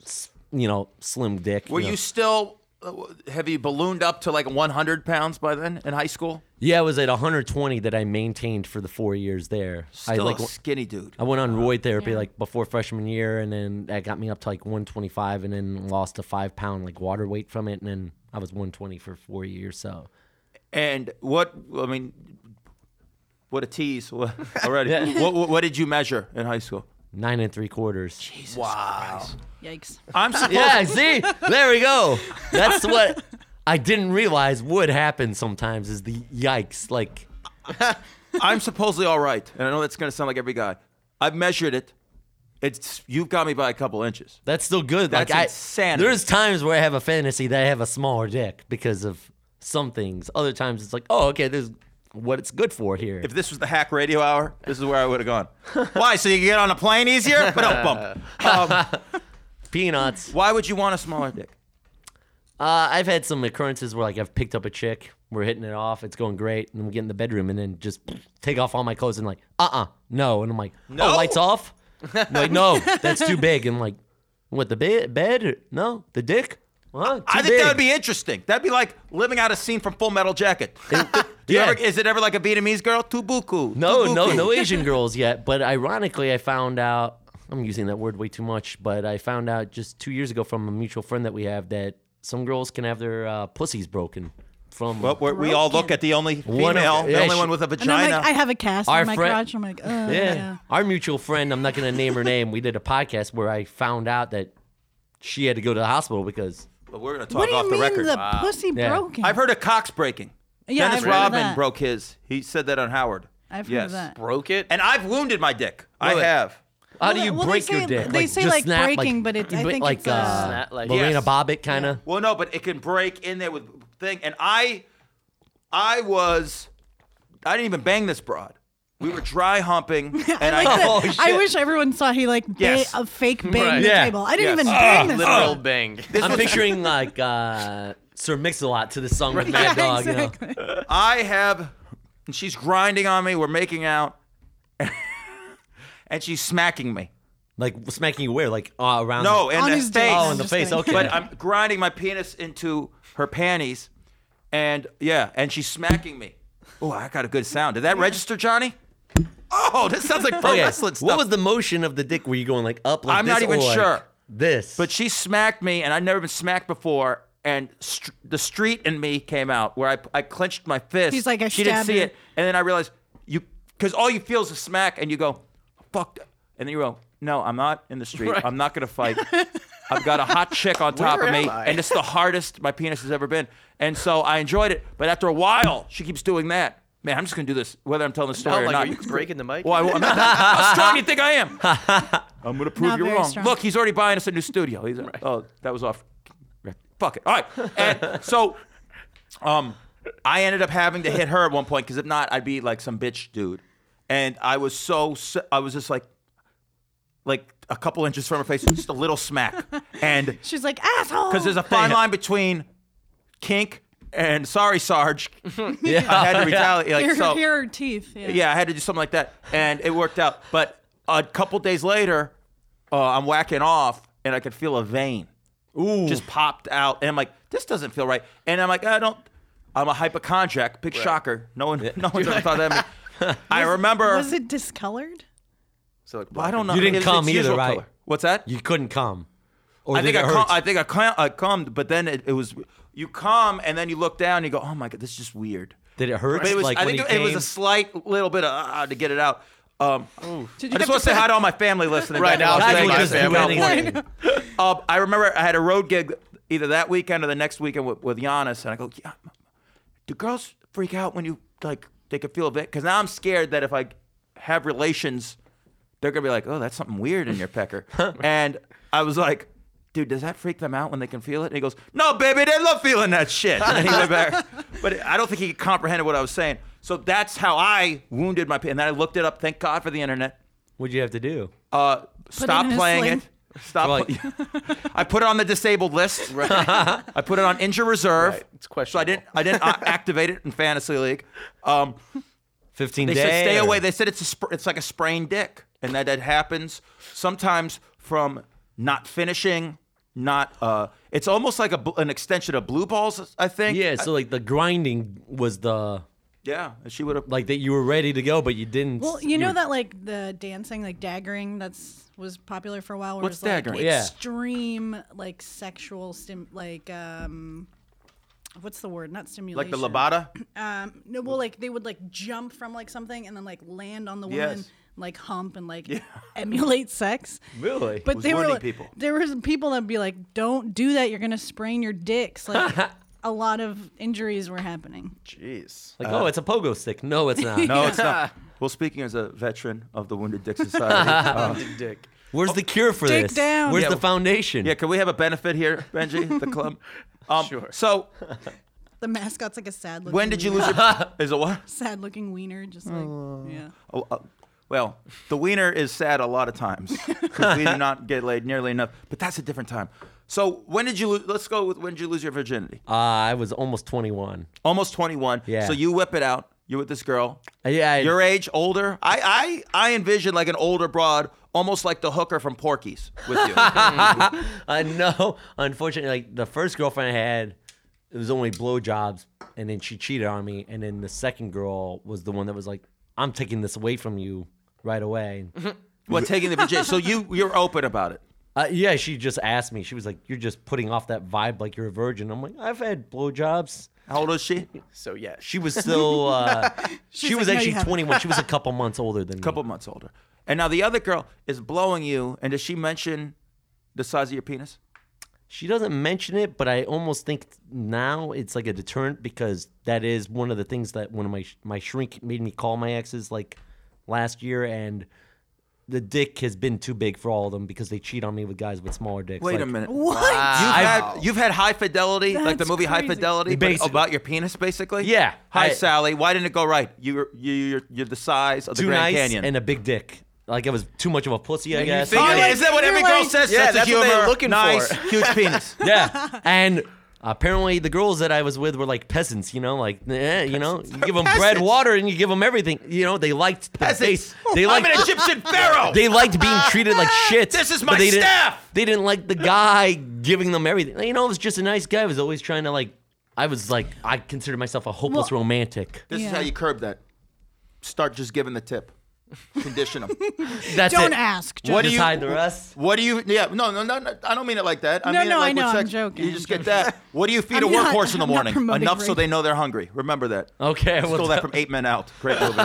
Speaker 6: s- you know, slim dick."
Speaker 3: Were
Speaker 6: know."
Speaker 3: you still, uh, have you ballooned up to like 100 pounds by then in high school?
Speaker 6: Yeah, I was at 120 that I maintained for the four years there. I
Speaker 3: Still
Speaker 6: like.
Speaker 3: a skinny dude.
Speaker 6: I went on roid therapy like before freshman year, and then that got me up to like 125, and then lost a five pound like water weight from it, and then I was 120 for four years. So
Speaker 3: And what, I mean, what a tease
Speaker 6: [laughs]
Speaker 3: already. what, what, what did you measure in high school?
Speaker 6: nine and three quarters.
Speaker 3: Wow.
Speaker 5: Yikes.
Speaker 3: I'm supposed
Speaker 6: Yeah, see, there we go. That's what I didn't realize would happen sometimes is the yikes. Like,
Speaker 3: I'm supposedly all right, and I know that's going to sound like every guy. I've measured it. It's you've got me by a couple inches.
Speaker 6: that's still good.
Speaker 3: That's
Speaker 6: like, I-
Speaker 3: insanity.
Speaker 6: there's times where I have a fantasy that I have a smaller dick because of some things. Other times it's like, oh, okay, there's what it's good for here.
Speaker 3: If this was the hack radio hour, this is where I would have
Speaker 6: [laughs]
Speaker 3: gone. Why? So you can get on a plane easier? But no, bump. Um,
Speaker 6: Peanuts.
Speaker 3: why would you want a smaller dick?
Speaker 6: Uh, I've had some occurrences where like I've picked up a chick, we're hitting it off, it's going great, and we get in the bedroom and then just take off all my clothes and like, uh uh no. And I'm like, no,
Speaker 3: No?
Speaker 6: lights off? I'm like, no, that's too big. And like, what, the be- bed? No, the dick? Huh? Too
Speaker 3: I think that
Speaker 6: big."
Speaker 3: would be interesting. That'd be like living out a scene from Full Metal
Speaker 6: [laughs]
Speaker 3: Jacket. Do you
Speaker 6: yeah.
Speaker 3: ever- is it ever like a Vietnamese girl? Tubuku.
Speaker 6: No,
Speaker 3: tubuku.
Speaker 6: no, no Asian girls yet. But ironically, I found out I'm using that word way too much. But I found out just two years ago from a mutual friend that we have that some girls can have their uh, pussies broken from.
Speaker 3: But we're, we all look at the only female,
Speaker 6: One of-
Speaker 3: the
Speaker 6: yeah,
Speaker 3: only
Speaker 6: she-
Speaker 3: one with a
Speaker 5: And I'm
Speaker 3: vagina.
Speaker 5: like, I have a cast
Speaker 6: Our
Speaker 5: on my
Speaker 6: friend-
Speaker 5: crotch. I'm like, oh, yeah.
Speaker 6: Yeah. Our mutual friend, I'm not going to name her name, we did a podcast where I found out that she had to go to the hospital because
Speaker 3: but we're gonna talk
Speaker 5: What do
Speaker 3: off
Speaker 5: you
Speaker 3: the
Speaker 5: mean
Speaker 3: record.
Speaker 5: the pussy
Speaker 6: Yeah.
Speaker 5: broken?
Speaker 3: I've heard of cocks breaking.
Speaker 5: Yeah,
Speaker 3: Dennis
Speaker 5: I've heard of
Speaker 3: Rodman
Speaker 5: that. [laughs]
Speaker 3: broke his. He said that on Howard.
Speaker 5: I've heard
Speaker 3: yes.
Speaker 5: of that.
Speaker 4: Broke it.
Speaker 3: And I've wounded my dick. I
Speaker 6: Really?
Speaker 3: have.
Speaker 6: How
Speaker 5: Well,
Speaker 6: do
Speaker 5: they-
Speaker 6: you
Speaker 5: well, they
Speaker 6: break
Speaker 5: say-
Speaker 6: your dick?
Speaker 5: they say,
Speaker 6: just
Speaker 5: like,
Speaker 6: snap,
Speaker 5: breaking, but it- I
Speaker 6: but
Speaker 5: think
Speaker 6: like,
Speaker 5: it's, uh,
Speaker 6: uh,
Speaker 4: Snap, like-
Speaker 6: Lorena
Speaker 3: Yes.
Speaker 6: Bobbitt kind of.
Speaker 3: Well, no, but it can break in there with thing. And I, I was, I didn't even bang this broad. We were dry humping, and I,
Speaker 6: Oh,
Speaker 5: [laughs] I
Speaker 6: shit.
Speaker 5: wish everyone saw he like ba-
Speaker 3: Yes.
Speaker 5: a fake bang
Speaker 4: Right.
Speaker 5: the
Speaker 6: Yeah.
Speaker 5: table. I didn't
Speaker 3: Yes.
Speaker 5: even bang [laughs] this.
Speaker 4: Literal
Speaker 6: Oh.
Speaker 5: up.
Speaker 4: bang.
Speaker 6: I'm
Speaker 5: [laughs]
Speaker 6: picturing like uh, Sir Mix-a-Lot to this song with Mad
Speaker 5: Yeah,
Speaker 6: Dog.
Speaker 5: exactly.
Speaker 3: I have, and she's grinding on me. We're making out, [laughs] and she's smacking me.
Speaker 6: You know? Like smacking you where? Like uh, around?
Speaker 3: No,
Speaker 6: the-
Speaker 3: and
Speaker 5: On
Speaker 3: the
Speaker 5: his dick.
Speaker 3: face.
Speaker 6: oh, in the
Speaker 5: Just
Speaker 6: face.
Speaker 5: kidding.
Speaker 6: Okay.
Speaker 3: but I'm grinding my penis into her panties, and yeah, and she's smacking me. Oh, I got a good sound. Did that register, Johnny? Oh, this sounds like pro
Speaker 6: [laughs] okay.
Speaker 3: wrestling stuff.
Speaker 6: What was the motion of the dick? Were you going like up? Like
Speaker 3: I'm
Speaker 6: this,
Speaker 3: not even
Speaker 6: or, like,
Speaker 3: sure.
Speaker 6: This,
Speaker 3: But she smacked me, and I'd never been smacked before. And str the street in me came out where I, I clenched my fist.
Speaker 5: He's like, "I
Speaker 3: she didn't
Speaker 5: stabbed
Speaker 3: see
Speaker 5: you."
Speaker 3: it, and then I realized you because all you feel is a smack, and you go, "Fuck," that." and then you go, "No, I'm not in the street.
Speaker 4: Right.
Speaker 3: I'm not gonna
Speaker 4: [laughs]
Speaker 3: fight." I've got a hot chick on top
Speaker 4: Where
Speaker 3: of me,
Speaker 4: am I?
Speaker 3: and it's the hardest my penis has ever been. And so I enjoyed it, but after a while, she keeps doing that. Man, I'm just gonna do this whether I'm telling the story or
Speaker 4: like,
Speaker 3: not.
Speaker 6: [laughs]
Speaker 4: are you breaking the mic?
Speaker 3: Well, I, am not, how strong do you think I am? [laughs] I'm gonna prove
Speaker 5: Not
Speaker 3: you're
Speaker 5: very
Speaker 3: wrong.
Speaker 5: strong.
Speaker 3: Look, he's already buying us a new studio. He's oh, that was off. Fuck it. All right, and so, um, I ended up having to hit her at one point because if not, I'd be like some bitch dude, and I was so s- I was just like, like a couple inches from her face, just a little smack,
Speaker 5: [laughs]
Speaker 3: and
Speaker 5: She's like asshole.
Speaker 3: because there's a fine line between kink and sorry [laughs] Sarge. I [laughs] had to retaliate. Like,
Speaker 5: here,
Speaker 3: so,
Speaker 5: here are teeth. Yeah.
Speaker 3: yeah, I had to do something like that, and it worked out. But a couple days later, uh, I'm whacking off, and I could feel a vein
Speaker 6: Ooh.
Speaker 3: just popped out, and I'm like, "This doesn't feel right." And I'm like, "I don't." I'm a hypochondriac. Big shocker. No one, no
Speaker 6: [laughs]
Speaker 3: one's ever thought that. meant- I remember.
Speaker 5: Was it discolored?
Speaker 4: So, like,
Speaker 3: I don't know.
Speaker 6: You didn't
Speaker 3: It's-
Speaker 6: come
Speaker 3: it's
Speaker 6: either,
Speaker 3: usual
Speaker 6: right?
Speaker 3: color. What's that?
Speaker 6: you couldn't come. Or
Speaker 3: I
Speaker 6: did
Speaker 3: think I,
Speaker 6: it
Speaker 3: cum-
Speaker 6: hurt?
Speaker 3: I think I cum- I cummed, but then it, it was you cum, and then you look down, and you go, "Oh my god, this is just weird."
Speaker 6: Did it hurt?
Speaker 3: But it was,
Speaker 6: like
Speaker 3: I
Speaker 6: when
Speaker 3: think it,
Speaker 6: he
Speaker 3: it was
Speaker 6: came?
Speaker 3: a slight little bit of uh, to get it out. Um,
Speaker 5: Did
Speaker 3: I
Speaker 5: you
Speaker 3: just
Speaker 5: have
Speaker 3: want to
Speaker 5: to
Speaker 3: say hi to all my family listening
Speaker 4: Right now,
Speaker 3: in
Speaker 6: I
Speaker 3: Las
Speaker 6: would
Speaker 4: my
Speaker 3: Vegas,
Speaker 6: just do
Speaker 4: family.
Speaker 3: California.
Speaker 6: anything.
Speaker 3: Uh, I remember I had a road gig either that weekend or the next weekend with, with Giannis, and I go, yeah, do girls freak out when you like they could feel a bit? Because now I'm scared that if I have relations, they're gonna be like, oh, that's something weird in your [laughs] pecker. and I was like. Dude, does that freak them out when they can feel it? And he goes, "No, baby, they love feeling that shit." And then he went [laughs] back, but I don't think he comprehended what I was saying. So that's how I wounded my. pe- And then I looked it up. Thank God for the internet.
Speaker 6: What'd you have to do?
Speaker 3: Uh,
Speaker 5: it
Speaker 3: stop
Speaker 5: in a
Speaker 3: playing
Speaker 5: sling.
Speaker 3: it. Stop.
Speaker 6: Like-
Speaker 3: pl- [laughs] I put it on the disabled
Speaker 6: [laughs]
Speaker 3: list. I put it on injured reserve.
Speaker 4: Right, it's
Speaker 3: So I didn't. I didn't uh, activate it in fantasy league. Um,
Speaker 6: Fifteen
Speaker 3: they
Speaker 6: days.
Speaker 3: said stay away. They said it's a sp- it's like a sprained dick, and that it happens sometimes from not finishing, not. Uh, it's almost like a bl- an extension of blue balls. I think.
Speaker 6: Yeah.
Speaker 3: I-
Speaker 6: So like the grinding was the
Speaker 3: yeah. She would have.
Speaker 6: like that you were ready to go, but you didn't.
Speaker 5: Well, you know
Speaker 6: were-
Speaker 5: that like the dancing, like daggering, that's was popular for a while. Where
Speaker 3: What's
Speaker 5: it was, like,
Speaker 3: daggering?
Speaker 6: Yeah.
Speaker 5: Extreme like sexual stim, like um, what's the word? Not
Speaker 3: Like
Speaker 5: stimulation.
Speaker 3: the Labata.
Speaker 5: Um, no, well, like they would like jump from like something and then like land on the
Speaker 3: Yes.
Speaker 5: woman, like hump and like [laughs] emulate sex.
Speaker 6: Really?
Speaker 5: But
Speaker 3: Was
Speaker 5: they were
Speaker 3: wounding
Speaker 5: like-
Speaker 3: people.
Speaker 5: there was people that'd be like, "Don't do that. You're gonna sprain your dicks." Like
Speaker 3: [laughs]
Speaker 5: a lot of injuries were happening.
Speaker 4: Jeez.
Speaker 6: Like oh, it's a pogo stick. No,
Speaker 5: [laughs]
Speaker 6: it's not.
Speaker 3: No, it's not. Well, speaking as a veteran of the Wounded Dick Society. uh,
Speaker 6: [laughs]
Speaker 4: Dick.
Speaker 6: Where's the cure for
Speaker 5: Dig
Speaker 6: this?
Speaker 5: down.
Speaker 6: Where's
Speaker 5: Yeah.
Speaker 6: the foundation?
Speaker 3: Yeah, can we have a benefit
Speaker 6: [laughs]
Speaker 3: here, Benji, the club? Um,
Speaker 4: Sure.
Speaker 3: So,
Speaker 5: The mascot's like a sad looking.
Speaker 3: when did you lose
Speaker 6: [laughs]
Speaker 3: your? Is it what?
Speaker 5: sad looking wiener? Just like yeah.
Speaker 3: Oh, uh, well, the wiener is sad a lot of times 'cause
Speaker 6: [laughs]
Speaker 3: we do not get laid nearly enough. But that's a different time. So, when did you lose? Let's go with when did you lose your virginity?
Speaker 6: Uh, I was almost [laughs] 21.
Speaker 3: Almost 21.
Speaker 6: Yeah.
Speaker 3: So you whip it out. You're with this girl.
Speaker 6: Uh, yeah, I-
Speaker 3: Your age, older. I I I envision like an older broad, almost like the hooker from Porky's with you.
Speaker 6: [laughs] Uh, no, unfortunately, like the first girlfriend I had, it was only blowjobs, and then she cheated on me, and then the second girl was the one that was like, "I'm taking this away from you right away."
Speaker 3: what taking the virginity? So you you're open about it.
Speaker 6: uh, yeah, she just asked me. She was like, "You're just putting off that vibe like you're a virgin." I'm like, "I've had blowjobs."
Speaker 3: How old is she?
Speaker 4: So yeah,
Speaker 6: She
Speaker 5: [laughs]
Speaker 6: was still, uh, she
Speaker 5: She's
Speaker 6: was
Speaker 5: like, "No, you
Speaker 6: actually
Speaker 5: haven't." [laughs]
Speaker 6: 21. She was a couple months older than
Speaker 3: couple months older. And now the other girl is blowing you, and does she mention the size of your penis?
Speaker 6: me. She doesn't mention it, but I almost think now it's like a deterrent because that is one of the things that one of my sh- my shrink made me call my exes like last year, and the dick has been too big for all of them because they cheat on me with guys with smaller dicks.
Speaker 3: Wait a
Speaker 6: Like,
Speaker 3: minute.
Speaker 5: What?
Speaker 3: You've
Speaker 4: Wow.
Speaker 3: had, you've had high fidelity, like the
Speaker 5: That's
Speaker 3: movie High
Speaker 5: crazy.
Speaker 3: Fidelity, but
Speaker 6: Basically.
Speaker 3: about your penis, basically.
Speaker 6: Yeah,
Speaker 3: Hi,
Speaker 6: I-
Speaker 3: Sally. Why didn't it go right? You're you, you're, you're the size of the
Speaker 6: Too
Speaker 3: Grand
Speaker 6: nice
Speaker 3: Canyon.
Speaker 6: and a big dick. Like I was too much of a pussy, I
Speaker 4: And you
Speaker 6: guess.
Speaker 4: think-
Speaker 3: Oh,
Speaker 4: You're
Speaker 3: yeah,
Speaker 4: like-
Speaker 3: is that what every
Speaker 5: you're
Speaker 3: girl
Speaker 5: like-
Speaker 3: says?
Speaker 4: Yeah,
Speaker 3: Sense of
Speaker 4: that's what
Speaker 3: humor,
Speaker 4: they're looking
Speaker 3: nice,
Speaker 4: for.
Speaker 3: huge
Speaker 5: [laughs]
Speaker 3: penis. [laughs]
Speaker 6: yeah. And apparently the girls that I was with were like peasants, you know, like eh, you know, you give them bread,
Speaker 3: Peasants.
Speaker 6: water, and you give them everything. You know, they liked the
Speaker 3: Peasants.
Speaker 6: base. They
Speaker 3: I'm
Speaker 6: liked
Speaker 3: an Egyptian pharaoh.
Speaker 6: they liked being treated
Speaker 3: [laughs]
Speaker 6: like shit.
Speaker 3: This is
Speaker 6: but
Speaker 3: my
Speaker 6: they didn't-
Speaker 3: staff.
Speaker 6: they didn't like the guy giving them everything. You know, it was just a nice guy. I was always trying to like. I was like, I consider myself a hopeless
Speaker 5: Well-
Speaker 6: romantic.
Speaker 7: This is
Speaker 5: Yeah.
Speaker 7: how you curb that. Start just giving the tip. Condition
Speaker 3: [laughs]
Speaker 7: them.
Speaker 6: That's
Speaker 5: Don't
Speaker 6: it.
Speaker 5: ask. Just
Speaker 7: What do
Speaker 6: Just
Speaker 7: you-
Speaker 6: hide the rest.
Speaker 7: What do you? Yeah, no, no, no, no. I don't mean it like that. I
Speaker 5: No,
Speaker 7: mean
Speaker 5: no,
Speaker 7: it
Speaker 5: I
Speaker 7: like
Speaker 5: know,
Speaker 7: With
Speaker 5: I'm
Speaker 7: sex.
Speaker 5: joking,
Speaker 7: You
Speaker 5: I'm
Speaker 7: just get that. What do you feed
Speaker 5: I'm
Speaker 7: a
Speaker 5: not-
Speaker 7: workhorse in the
Speaker 5: I'm not
Speaker 7: morning?
Speaker 5: promoting
Speaker 7: Enough so
Speaker 5: rape.
Speaker 7: they know they're hungry. Remember that.
Speaker 6: Okay, what's
Speaker 7: Stole that
Speaker 6: up?
Speaker 7: from Eight Men Out. Great movie.
Speaker 5: [laughs]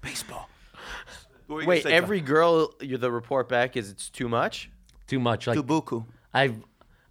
Speaker 7: Baseball. What were you gonna
Speaker 4: Wait,
Speaker 7: say,
Speaker 4: every girl, you the report back is it's too much.
Speaker 6: Too much. Like
Speaker 7: John? Dubuku.
Speaker 6: I've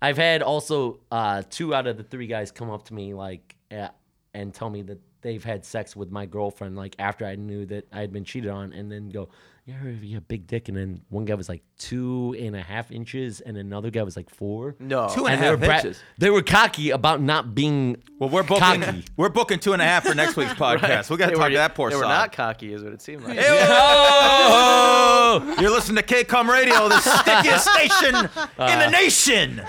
Speaker 6: I've had also uh, two out of the three guys come up to me like uh, and tell me that they've had sex with my girlfriend like after I knew that I had been cheated on, and then go, "Yeah, you a big dick," and then one guy was like two and a half inches, and another guy was like four.
Speaker 4: No.
Speaker 3: Two and
Speaker 6: And
Speaker 3: a
Speaker 6: they were,
Speaker 3: half
Speaker 6: bra-
Speaker 3: inches.
Speaker 6: they were cocky about not being
Speaker 3: Well, we're booking.
Speaker 6: [laughs] cocky.
Speaker 3: We're booking two and a half for next
Speaker 4: [laughs]
Speaker 3: week's podcast. We got to
Speaker 4: They
Speaker 3: talk
Speaker 4: were-
Speaker 3: to that poor
Speaker 4: They
Speaker 3: sod.
Speaker 4: were not cocky, is what it
Speaker 3: [laughs]
Speaker 4: seemed like.
Speaker 3: Oh! You're listening to KCOM Radio,
Speaker 4: [laughs]
Speaker 3: the stickiest station
Speaker 4: Uh.
Speaker 3: in the nation.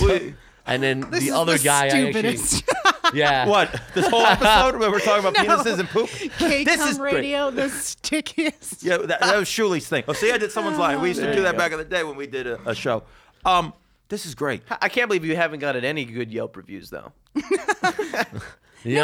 Speaker 3: We-
Speaker 6: And then
Speaker 5: this
Speaker 6: the
Speaker 5: is
Speaker 6: other
Speaker 5: the
Speaker 6: guy,
Speaker 5: stupidest. [laughs]
Speaker 6: I actually, yeah,
Speaker 3: what? This
Speaker 4: [laughs]
Speaker 3: whole episode where we're talking about penises and poop?
Speaker 5: K-Com
Speaker 3: is great.
Speaker 5: radio, the stickiest.
Speaker 3: Yeah, that, that was Shuli's thing. Oh, see, I did someone's line. We used to do that back in the day when we did a, a show. Um, this is great.
Speaker 4: I can't believe you haven't gotten any good Yelp reviews though.
Speaker 6: you know?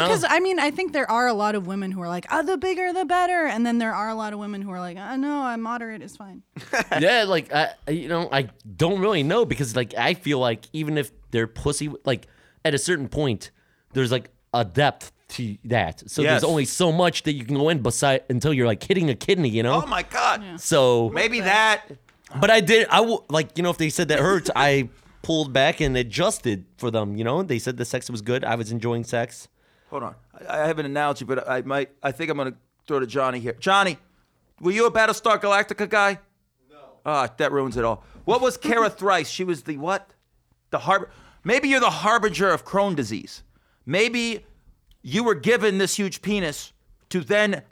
Speaker 5: Because I mean, I think there are a lot of women who are like, "Oh, the bigger the better," and then there are a lot of women who are like, "Oh no, I'm moderate is
Speaker 4: [laughs]
Speaker 5: fine."
Speaker 6: [laughs] yeah, like I, I- you know, I don't really know because like I feel like even if they're pussy, like at a certain point, there's like a depth to that. So
Speaker 3: Yes.
Speaker 6: there's only so much that you can go in beside until you're like hitting a kidney, you know.
Speaker 3: Oh my God.
Speaker 6: so,
Speaker 3: Maybe that.
Speaker 6: but I did. I w- like you know if they said that hurts, I pulled back and adjusted for them. You know, they said the sex was good. I was enjoying sex.
Speaker 3: Hold on. I, I have an analogy, but I might. I think I'm gonna throw to Johnny here. Johnny, were you a Battlestar Galactica guy? No. Ah, that ruins it all. What was
Speaker 6: [laughs]
Speaker 3: Kara Thrice? She was the what? The harbor. Maybe you're the harbinger of Crohn disease. Maybe you were given this huge penis to then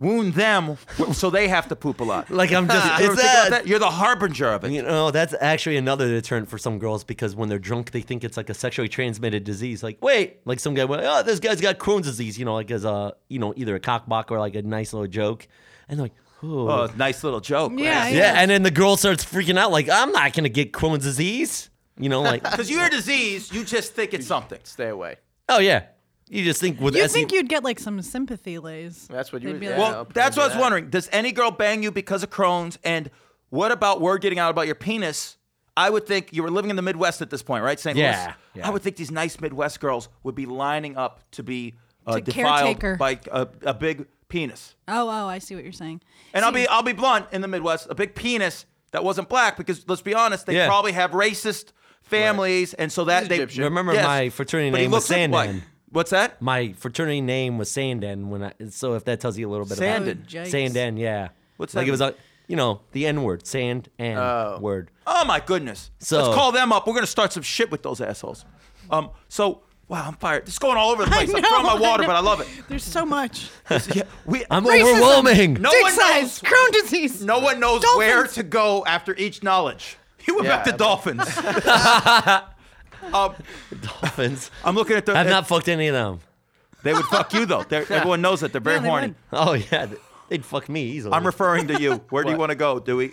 Speaker 3: wound them, [laughs] so they have to poop a lot.
Speaker 6: [laughs] Like I'm just.
Speaker 3: [laughs] You ever
Speaker 6: it's
Speaker 3: think about
Speaker 6: a-
Speaker 3: that? You're the harbinger of it.
Speaker 6: You know, that's actually another deterrent for some girls because when they're drunk, they think it's like a sexually transmitted disease. Like, wait, like some guy went, oh, this guy's got Crohn's disease, you know, like as a, you know, either a cockblock or like a nice little joke. And they're like, oh.
Speaker 3: Oh, nice little joke.
Speaker 5: Yeah,
Speaker 6: yeah. And then the girl starts freaking out, like, I'm not going to get Crohn's disease. You know, like, [laughs]
Speaker 3: Because you're a disease, you just think it's something.
Speaker 4: Stay away.
Speaker 6: oh, yeah. You just think with
Speaker 5: You
Speaker 6: SE
Speaker 5: think you'd get like some sympathy lays?
Speaker 4: That's what you
Speaker 5: They'd
Speaker 4: were-
Speaker 5: be
Speaker 4: yeah.
Speaker 5: like,
Speaker 3: Well,
Speaker 4: I'll put
Speaker 3: that's
Speaker 4: into
Speaker 3: what I was
Speaker 4: that.
Speaker 3: wondering. Does any girl bang you because of Crohn's? And what about word getting out about your penis? I would think you were living in the Midwest at this point, right? St.
Speaker 6: Yeah,
Speaker 3: Louis.
Speaker 6: yeah.
Speaker 3: I would think these nice Midwest girls would be lining up to be uh,
Speaker 5: To
Speaker 3: defiled
Speaker 5: caretaker.
Speaker 3: by a, a big penis.
Speaker 5: Oh, oh, I see what you're saying.
Speaker 3: And I'll
Speaker 5: See,
Speaker 3: be I'll be blunt in the Midwest, a big penis that wasn't black because let's be honest, they
Speaker 6: Yeah.
Speaker 3: probably have racist families, and so that
Speaker 4: He's
Speaker 3: they
Speaker 4: Egyptian.
Speaker 6: Remember my fraternity
Speaker 3: but he
Speaker 6: name
Speaker 3: looks
Speaker 6: was
Speaker 3: like white.
Speaker 6: Sandan.
Speaker 3: What's that?
Speaker 6: My fraternity name was Sandan when I, so if that tells you a little bit about
Speaker 3: Sandin.
Speaker 5: Oh, yikes.
Speaker 6: Sandan, yeah.
Speaker 3: What's
Speaker 6: like
Speaker 3: that
Speaker 6: it was
Speaker 3: mean?
Speaker 6: like, you know, the N word, sand and word.
Speaker 3: Oh my goodness.
Speaker 6: So-
Speaker 3: let's call them up. We're gonna start some shit with those assholes. Um. So wow, I'm fired. This is going all over the place.
Speaker 5: [laughs] I
Speaker 3: I'm throwing
Speaker 5: know,
Speaker 3: my water,
Speaker 5: I know.
Speaker 3: but I
Speaker 6: [laughs]
Speaker 3: love it.
Speaker 5: There's so much.
Speaker 3: This- yeah,
Speaker 5: [laughs]
Speaker 3: we,
Speaker 6: I'm
Speaker 5: Racism.
Speaker 6: overwhelming.
Speaker 3: [laughs] no
Speaker 5: Dick
Speaker 3: one
Speaker 5: size,
Speaker 3: knows.
Speaker 5: Crohn disease.
Speaker 3: No one knows where
Speaker 5: Dolphins.
Speaker 3: to go after each
Speaker 6: [laughs]
Speaker 3: knowledge. You went back
Speaker 4: Yeah,
Speaker 3: to
Speaker 4: but-
Speaker 3: dolphins. [laughs] um,
Speaker 6: Dolphins.
Speaker 3: I'm looking at the.
Speaker 6: [laughs] I've not fucked any of them.
Speaker 3: They would fuck you though.
Speaker 6: [laughs]
Speaker 3: They're, everyone knows that. They're very
Speaker 5: No, they
Speaker 3: horny.
Speaker 5: wouldn't.
Speaker 6: Oh yeah, th- they'd fuck me easily.
Speaker 3: I'm referring to
Speaker 6: [laughs]
Speaker 3: you. Where do you
Speaker 4: What?
Speaker 3: want to go? Do we?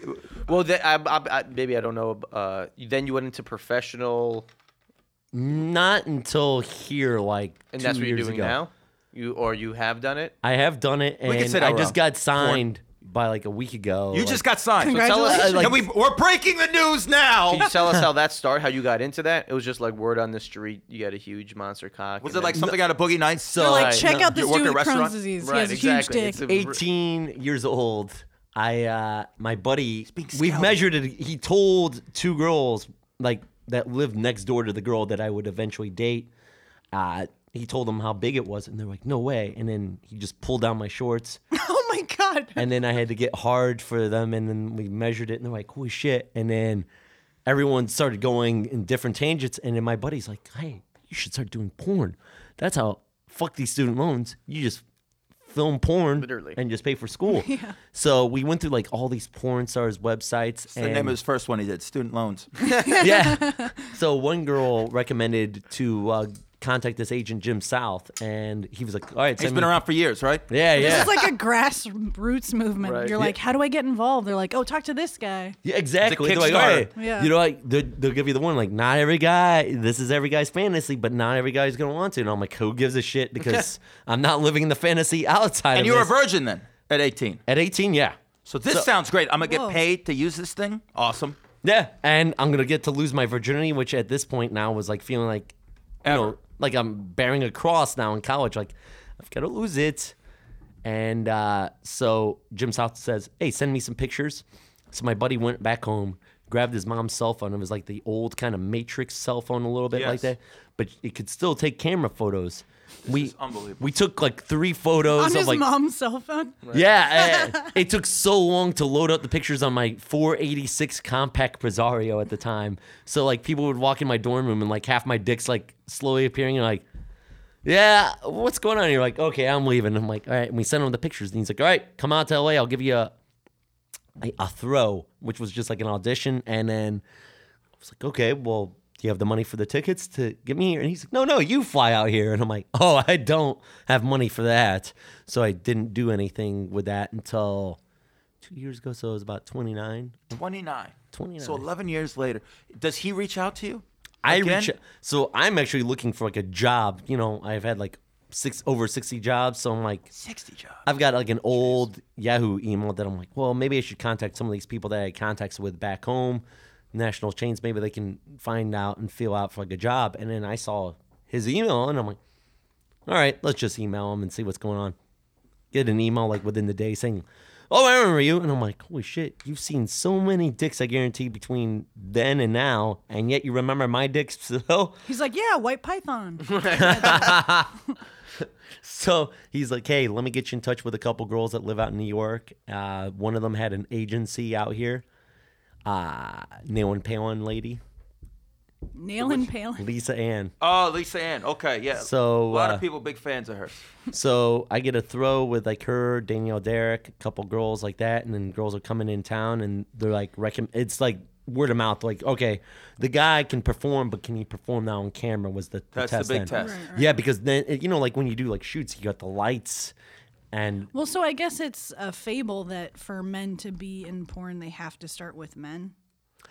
Speaker 4: Well, then, I, I, I, maybe I don't know. Uh, then you went into professional,
Speaker 6: not until here, like
Speaker 4: and
Speaker 6: two
Speaker 4: that's what you're
Speaker 6: years
Speaker 4: doing
Speaker 6: ago.
Speaker 4: now. You or you have done it.
Speaker 6: I have done it, and
Speaker 3: can sit
Speaker 6: I
Speaker 3: down, Rob.
Speaker 6: just got signed by like a week ago.
Speaker 3: You
Speaker 6: like-
Speaker 3: just got signed. So tell us.
Speaker 5: Congratulations.
Speaker 6: Uh, like-
Speaker 3: Can we, we're breaking the news
Speaker 4: Can
Speaker 3: now.
Speaker 4: you tell us how that started? How you got into that? It was just like word on the street. You got a huge monster cock.
Speaker 3: Was
Speaker 4: and
Speaker 3: it like
Speaker 4: then-
Speaker 3: something out of Boogie Nights?
Speaker 6: So,
Speaker 5: They're like,
Speaker 6: Right,
Speaker 5: check
Speaker 6: no.
Speaker 5: out
Speaker 3: You
Speaker 5: this
Speaker 3: work at
Speaker 5: dude
Speaker 3: a
Speaker 5: with
Speaker 3: restaurant?
Speaker 5: Crohn's disease.
Speaker 4: Right,
Speaker 5: he has a
Speaker 4: exactly.
Speaker 5: huge
Speaker 4: It's
Speaker 5: dick.
Speaker 4: a-
Speaker 6: 18 years old. I uh my buddy
Speaker 3: being
Speaker 6: we've
Speaker 3: scouted.
Speaker 6: measured it. He told two girls like that lived next door to the girl that I would eventually date. Uh, he told them how big it was, and they're like, "No way!" And then he just pulled down my shorts,
Speaker 5: [laughs] Oh my god.
Speaker 6: and then I had to get hard for them, and then we measured it, and they're like, "Holy shit!" And then everyone started going in different tangents, and then my buddy's like, "Hey, you should start doing porn. That's how fuck these student loans. You just film porn,
Speaker 4: Literally.
Speaker 6: and just pay for school." So we went through like all these porn stars' websites.
Speaker 7: The
Speaker 6: and
Speaker 7: name of his first one he did, student
Speaker 6: [laughs]
Speaker 7: loans.
Speaker 6: yeah. So one girl recommended to uh, contact this agent Jim South, and he was like, "All right,
Speaker 7: He's
Speaker 6: send
Speaker 7: been
Speaker 6: me-
Speaker 7: around for years, right?
Speaker 6: Yeah, yeah,
Speaker 5: It's like a grassroots movement.
Speaker 4: Right.
Speaker 5: You're like, how do I get involved? They're like, oh, talk to this guy.
Speaker 6: yeah, exactly. They're like,
Speaker 7: Kickstarter.
Speaker 6: all right,
Speaker 5: Yeah.
Speaker 6: you know, like they'll, they'll give you the one like, not every guy. This is every guy's fantasy, but not every guy's gonna want to. And I'm like, who gives a shit?
Speaker 3: [laughs]
Speaker 6: Because I'm not living the fantasy outside.
Speaker 3: And
Speaker 6: of
Speaker 3: you were a
Speaker 6: this.
Speaker 3: virgin then at 18.
Speaker 6: at 18, yeah,
Speaker 3: So this sounds great. I'm gonna
Speaker 5: Whoa.
Speaker 3: get paid to use this thing. Awesome.
Speaker 6: yeah, and I'm gonna get to lose my virginity, which at this point now was like feeling like, you know, like I'm bearing a cross now in college. Like, I've got to lose it. And uh, so Jim South says, Hey, send me some pictures. So my buddy went back home, grabbed his mom's cell phone. It was like the old kind of Matrix cell phone, a little bit
Speaker 3: Yes.
Speaker 6: like that, but it could still take camera photos. we
Speaker 3: unbelievable.
Speaker 6: we took like three photos
Speaker 5: On
Speaker 6: of
Speaker 5: his
Speaker 6: like
Speaker 5: mom's
Speaker 3: [laughs]
Speaker 5: cell phone.
Speaker 6: yeah, eh, it took so long to load up the pictures on my 486 compact Presario at the time. So like people would walk in my dorm room and like half my dick's like slowly appearing and like, yeah, what's going on? And you're like, okay, I'm leaving. I'm like, all right. And we sent him the pictures and he's like, all right, come out to LA. I'll give you a a, a throw, which was just like an audition. And then I was like, okay, well, do you have the money for the tickets to get me here? And he's like, no, no, you fly out here. And I'm like, oh, I don't have money for that. So I didn't do anything with that until two years ago. So I was about 29.
Speaker 3: 29.
Speaker 6: 29.
Speaker 3: So 11 years later, does he reach out to you?
Speaker 6: I
Speaker 3: Again?
Speaker 6: reach, so I'm actually looking for like a job. You know, I've had like six over 60 jobs. So I'm like,
Speaker 3: 60 job.
Speaker 6: I've got like an old Yahoo email that I'm like, well, maybe I should contact some of these people that I had contacts with back home, national chains. Maybe they can find out and feel out for like a job. And then I saw his email and I'm like, all right, let's just email him and see what's going on. Get an email like within the day saying, oh, I remember you. And I'm like, holy shit, you've seen so many dicks, I guarantee, between then and now. And yet you remember my dicks [laughs] still.
Speaker 5: He's like, yeah,
Speaker 3: [laughs]
Speaker 5: white python.
Speaker 6: [laughs] So he's like, "Hey, let me get you in touch with a couple girls that live out in New York. Uh, one of them had an agency out here. Uh, Nail and Palin lady,
Speaker 5: Nail and pale.
Speaker 6: Lisa Ann.
Speaker 3: Oh, Lisa Ann. Okay, yeah.
Speaker 6: So,
Speaker 3: a lot
Speaker 6: uh,
Speaker 3: of people big fans of hers.
Speaker 6: So I get a throw with like her, Danielle Derrick, a couple girls like that, and then girls are coming in town and they're like, recomm- it's like word of mouth. Like, okay, the guy can perform, but can he perform now on camera? Was the, the
Speaker 3: That's the
Speaker 6: test
Speaker 3: big
Speaker 6: then.
Speaker 3: test.
Speaker 6: Yeah, because then you know, like when you do like shoots, you got the lights and
Speaker 5: Well, so I guess it's a fable that for men to be in porn, they have to start with men.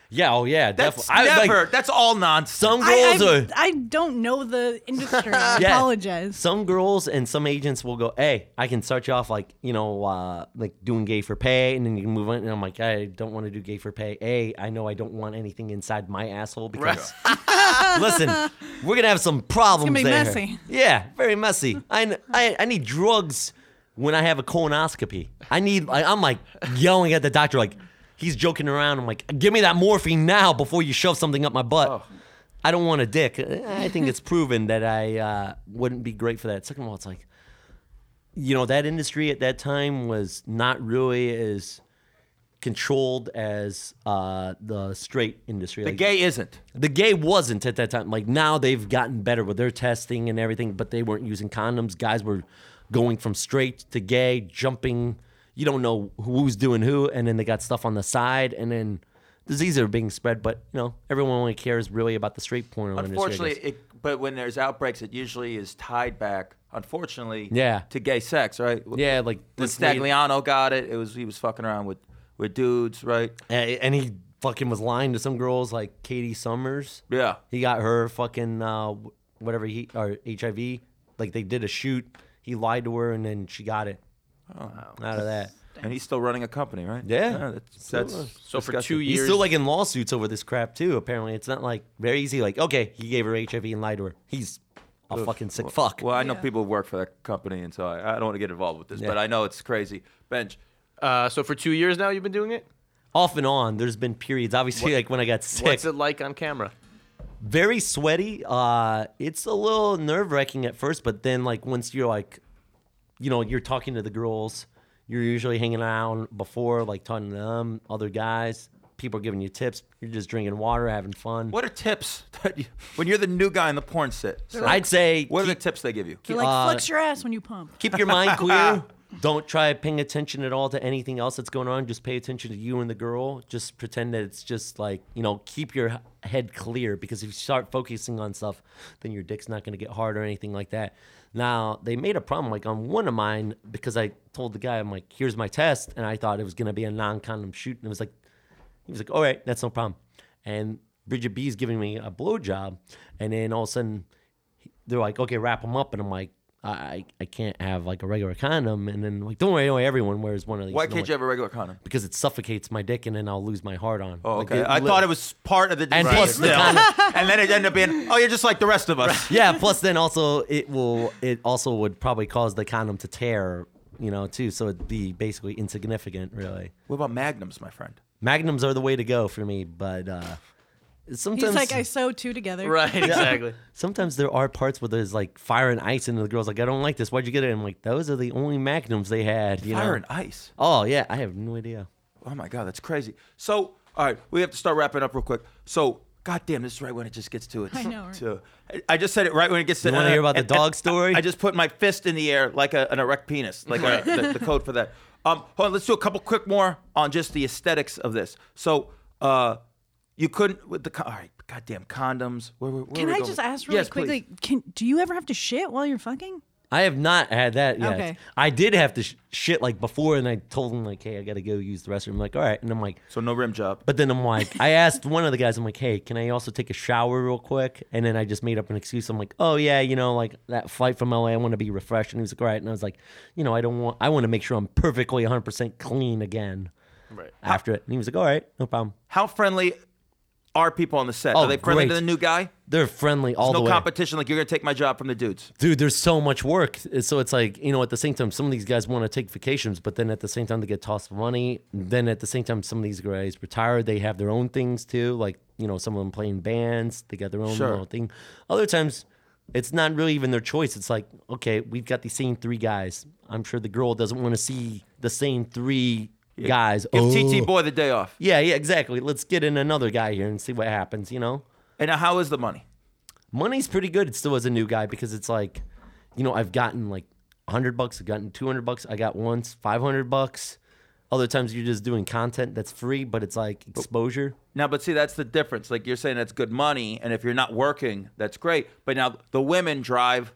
Speaker 6: yeah, oh yeah,
Speaker 3: That's
Speaker 6: definitely. I, like,
Speaker 3: never, that's all nonsense.
Speaker 6: some
Speaker 5: I,
Speaker 6: girls are
Speaker 5: I, I don't know the industry. I
Speaker 6: [laughs] Yeah.
Speaker 5: apologize.
Speaker 6: Some girls and some agents will go, "Hey, I can start you off like you know, uh, like doing gay for pay, and then you can move on." And I'm like, I don't want to do gay for pay. A, I know I don't want anything inside my asshole because listen,
Speaker 5: [laughs]
Speaker 6: we're gonna have some problems.
Speaker 5: be
Speaker 6: there.
Speaker 5: messy.
Speaker 6: Yeah, very messy. I, kn- I I need drugs when I have a colonoscopy. I need. I, I'm like yelling at the doctor, like he's joking around. I'm like, give me that morphine now before you shove something up my butt.
Speaker 3: Oh.
Speaker 6: I don't want a dick. I think it's proven that I uh, wouldn't be great for that. Second of all, it's like, you know, that industry at that time was not really as controlled as uh, the straight industry.
Speaker 3: The gay isn't.
Speaker 6: the gay wasn't at that time. Like now they've gotten better with their testing and everything, but they weren't using condoms. Guys were going from straight to gay, jumping. You don't know who's doing who, and then they got stuff on the side, and then diseases are being spread. But you know, everyone only cares really about the straight porn.
Speaker 3: Unfortunately,
Speaker 6: industry, I guess.
Speaker 3: it, but when there's outbreaks, it usually is tied back, unfortunately,
Speaker 6: Yeah.
Speaker 3: to gay sex, right?
Speaker 6: yeah, like
Speaker 3: When
Speaker 6: this lady-
Speaker 3: Stagliano got it, it was he was fucking around with, with dudes, right?
Speaker 6: A- and he fucking was lying to some girls like Katie Summers.
Speaker 3: Yeah.
Speaker 6: He got her fucking uh, wh- whatever he or HIV. Like they did a shoot. He lied to her and then she got it.
Speaker 4: Oh,
Speaker 6: Out of that.
Speaker 3: And he's still running a company, right?
Speaker 6: Yeah. uh,
Speaker 3: that's, that's
Speaker 4: So for two
Speaker 6: He's
Speaker 4: years,
Speaker 6: still like in lawsuits over this crap too. Apparently, it's not like very easy. Like, okay, he gave her HIV and lied to her. He's a fucking sick fuck.
Speaker 3: Well, I know people who work for that company, and so I, I don't want to get involved with this, but I know it's crazy. Benj,
Speaker 4: uh, so for two years now, you've been doing it.
Speaker 6: Off and on, there's been periods. Obviously, like when I got
Speaker 5: [laughs]
Speaker 6: sick,
Speaker 4: What's it like on camera?
Speaker 6: very sweaty. Uh, it's a little nerve wracking at first, but then like once you're like, you know, you're talking to the girls, you're usually hanging out before, like talking to them, other guys. People are giving you tips. You're just drinking water, having fun.
Speaker 3: What are tips [laughs] that you, when you're the new guy in the porn set?
Speaker 6: I'd say
Speaker 3: What are the
Speaker 6: keep,
Speaker 3: tips they give you?
Speaker 5: You're like flex your ass when you pump.
Speaker 6: keep your mind clear. Don't try paying attention at all to anything else that's going on. Just pay attention to you and the girl. Just pretend that it's just like, you know, keep your h- head clear because if you start focusing on stuff, then your dick's not going to get hard or anything like that. Now, they made a problem like on one of mine because I told the guy, I'm like, here's my test. And I thought it was going to be a non condom shoot. And it was like, he was like, all right, that's no problem. And Bridget B is giving me a blowjob. And then all of a sudden, they're like, okay, wrap them up. And I'm like, I, I I can't have like a regular condom. And then like, don't worry, don't worry, everyone wears one of these.
Speaker 3: Why
Speaker 6: And I'm
Speaker 3: can't you
Speaker 6: like,
Speaker 3: have a regular condom?
Speaker 6: Because it suffocates my dick and then I'll lose my heart on.
Speaker 3: Oh,
Speaker 6: Like,
Speaker 3: okay. I
Speaker 6: li-
Speaker 3: thought it was part of the
Speaker 6: And plus the
Speaker 3: still.
Speaker 6: condom.
Speaker 3: [laughs] and then it ended up being, oh, you're just like the rest of us.
Speaker 6: [laughs] Yeah. Plus, then also it will it also would probably cause the condom to tear, you know, too. So it'd be basically insignificant, really.
Speaker 3: What about magnums, my friend?
Speaker 6: Magnums are the way to go for me, but uh sometimes
Speaker 5: He's like, I sew two together.
Speaker 4: Right, exactly.
Speaker 6: Sometimes there are parts where there's like fire and ice, and the girl's like, "I don't like this. Why'd you get it?" And I'm like, "Those are the only magnums they had." You know?
Speaker 3: Fire and ice.
Speaker 6: Oh yeah, I have no idea.
Speaker 3: Oh my god, that's crazy. So, all right, we have to start wrapping up real quick. So, goddamn, this is right when it just gets to it.
Speaker 5: I
Speaker 3: [laughs]
Speaker 5: know, right?
Speaker 3: To, I just said it right when it gets to. uh,
Speaker 6: You wanna hear about the
Speaker 3: and-
Speaker 6: dog
Speaker 3: and
Speaker 6: story?
Speaker 3: I just put my fist in the air like a, an erect penis, like a, the, the code for that. Um, hold on, let's do a couple quick more on just the aesthetics of this. So, uh, you couldn't with the con- all right, goddamn condoms. Where, were- where
Speaker 5: Can
Speaker 3: were we
Speaker 5: I
Speaker 3: going?
Speaker 5: just ask really
Speaker 3: Yes, please.
Speaker 5: quickly? Can do you ever have to shit while you're fucking?
Speaker 6: I have not had that yet.
Speaker 5: Okay.
Speaker 6: I did have to sh- shit like before, and I told him like, "Hey, I gotta go use the restroom." like, all right, and I'm like,
Speaker 3: So no rim job.
Speaker 6: but then I'm like, I asked one of the guys, I'm like, "Hey, can I also take a shower real quick?" And then I just made up an excuse. I'm like, "Oh yeah, you know, like that flight from LA, I want to be refreshed." And he was like, "All right," and I was like, "You know, I don't want. I want to make sure I'm perfectly 100 percent clean again."
Speaker 4: Right.
Speaker 6: After it, and he was like, "All right, no problem."
Speaker 3: How friendly are people on the set?
Speaker 6: Oh,
Speaker 3: are they friendly to
Speaker 6: great.
Speaker 3: the new guy?
Speaker 6: They're friendly all
Speaker 3: No
Speaker 6: the way.
Speaker 3: competition. Like you're gonna take my job from the dudes.
Speaker 6: Dude, there's so much work. So it's like, you know, at the same time, some of these guys want to take vacations, but then at the same time, they get tossed money. Then at the same time, some of these guys retire. They have their own things too. Like, you know, some of them playing bands, they got their own
Speaker 3: Sure.
Speaker 6: little thing. Other times, it's not really even their choice. It's like, okay, we've got the same three guys. I'm sure the girl doesn't want to see the same three guys.
Speaker 3: Give
Speaker 6: Oh.
Speaker 3: TT boy the day off.
Speaker 6: Yeah, yeah, exactly. Let's get in another guy here and see what happens, you know?
Speaker 3: And now, how is the money?
Speaker 6: money's pretty good It's still as a new guy because it's like you know i've gotten like 100 bucks i've gotten 200 bucks i got once 500 bucks other times you're just doing content that's free but it's like
Speaker 5: Oh.
Speaker 6: exposure
Speaker 3: Now, but see, that's the difference. Like you're saying, that's good money, and if you're not working, that's great. But now the women drive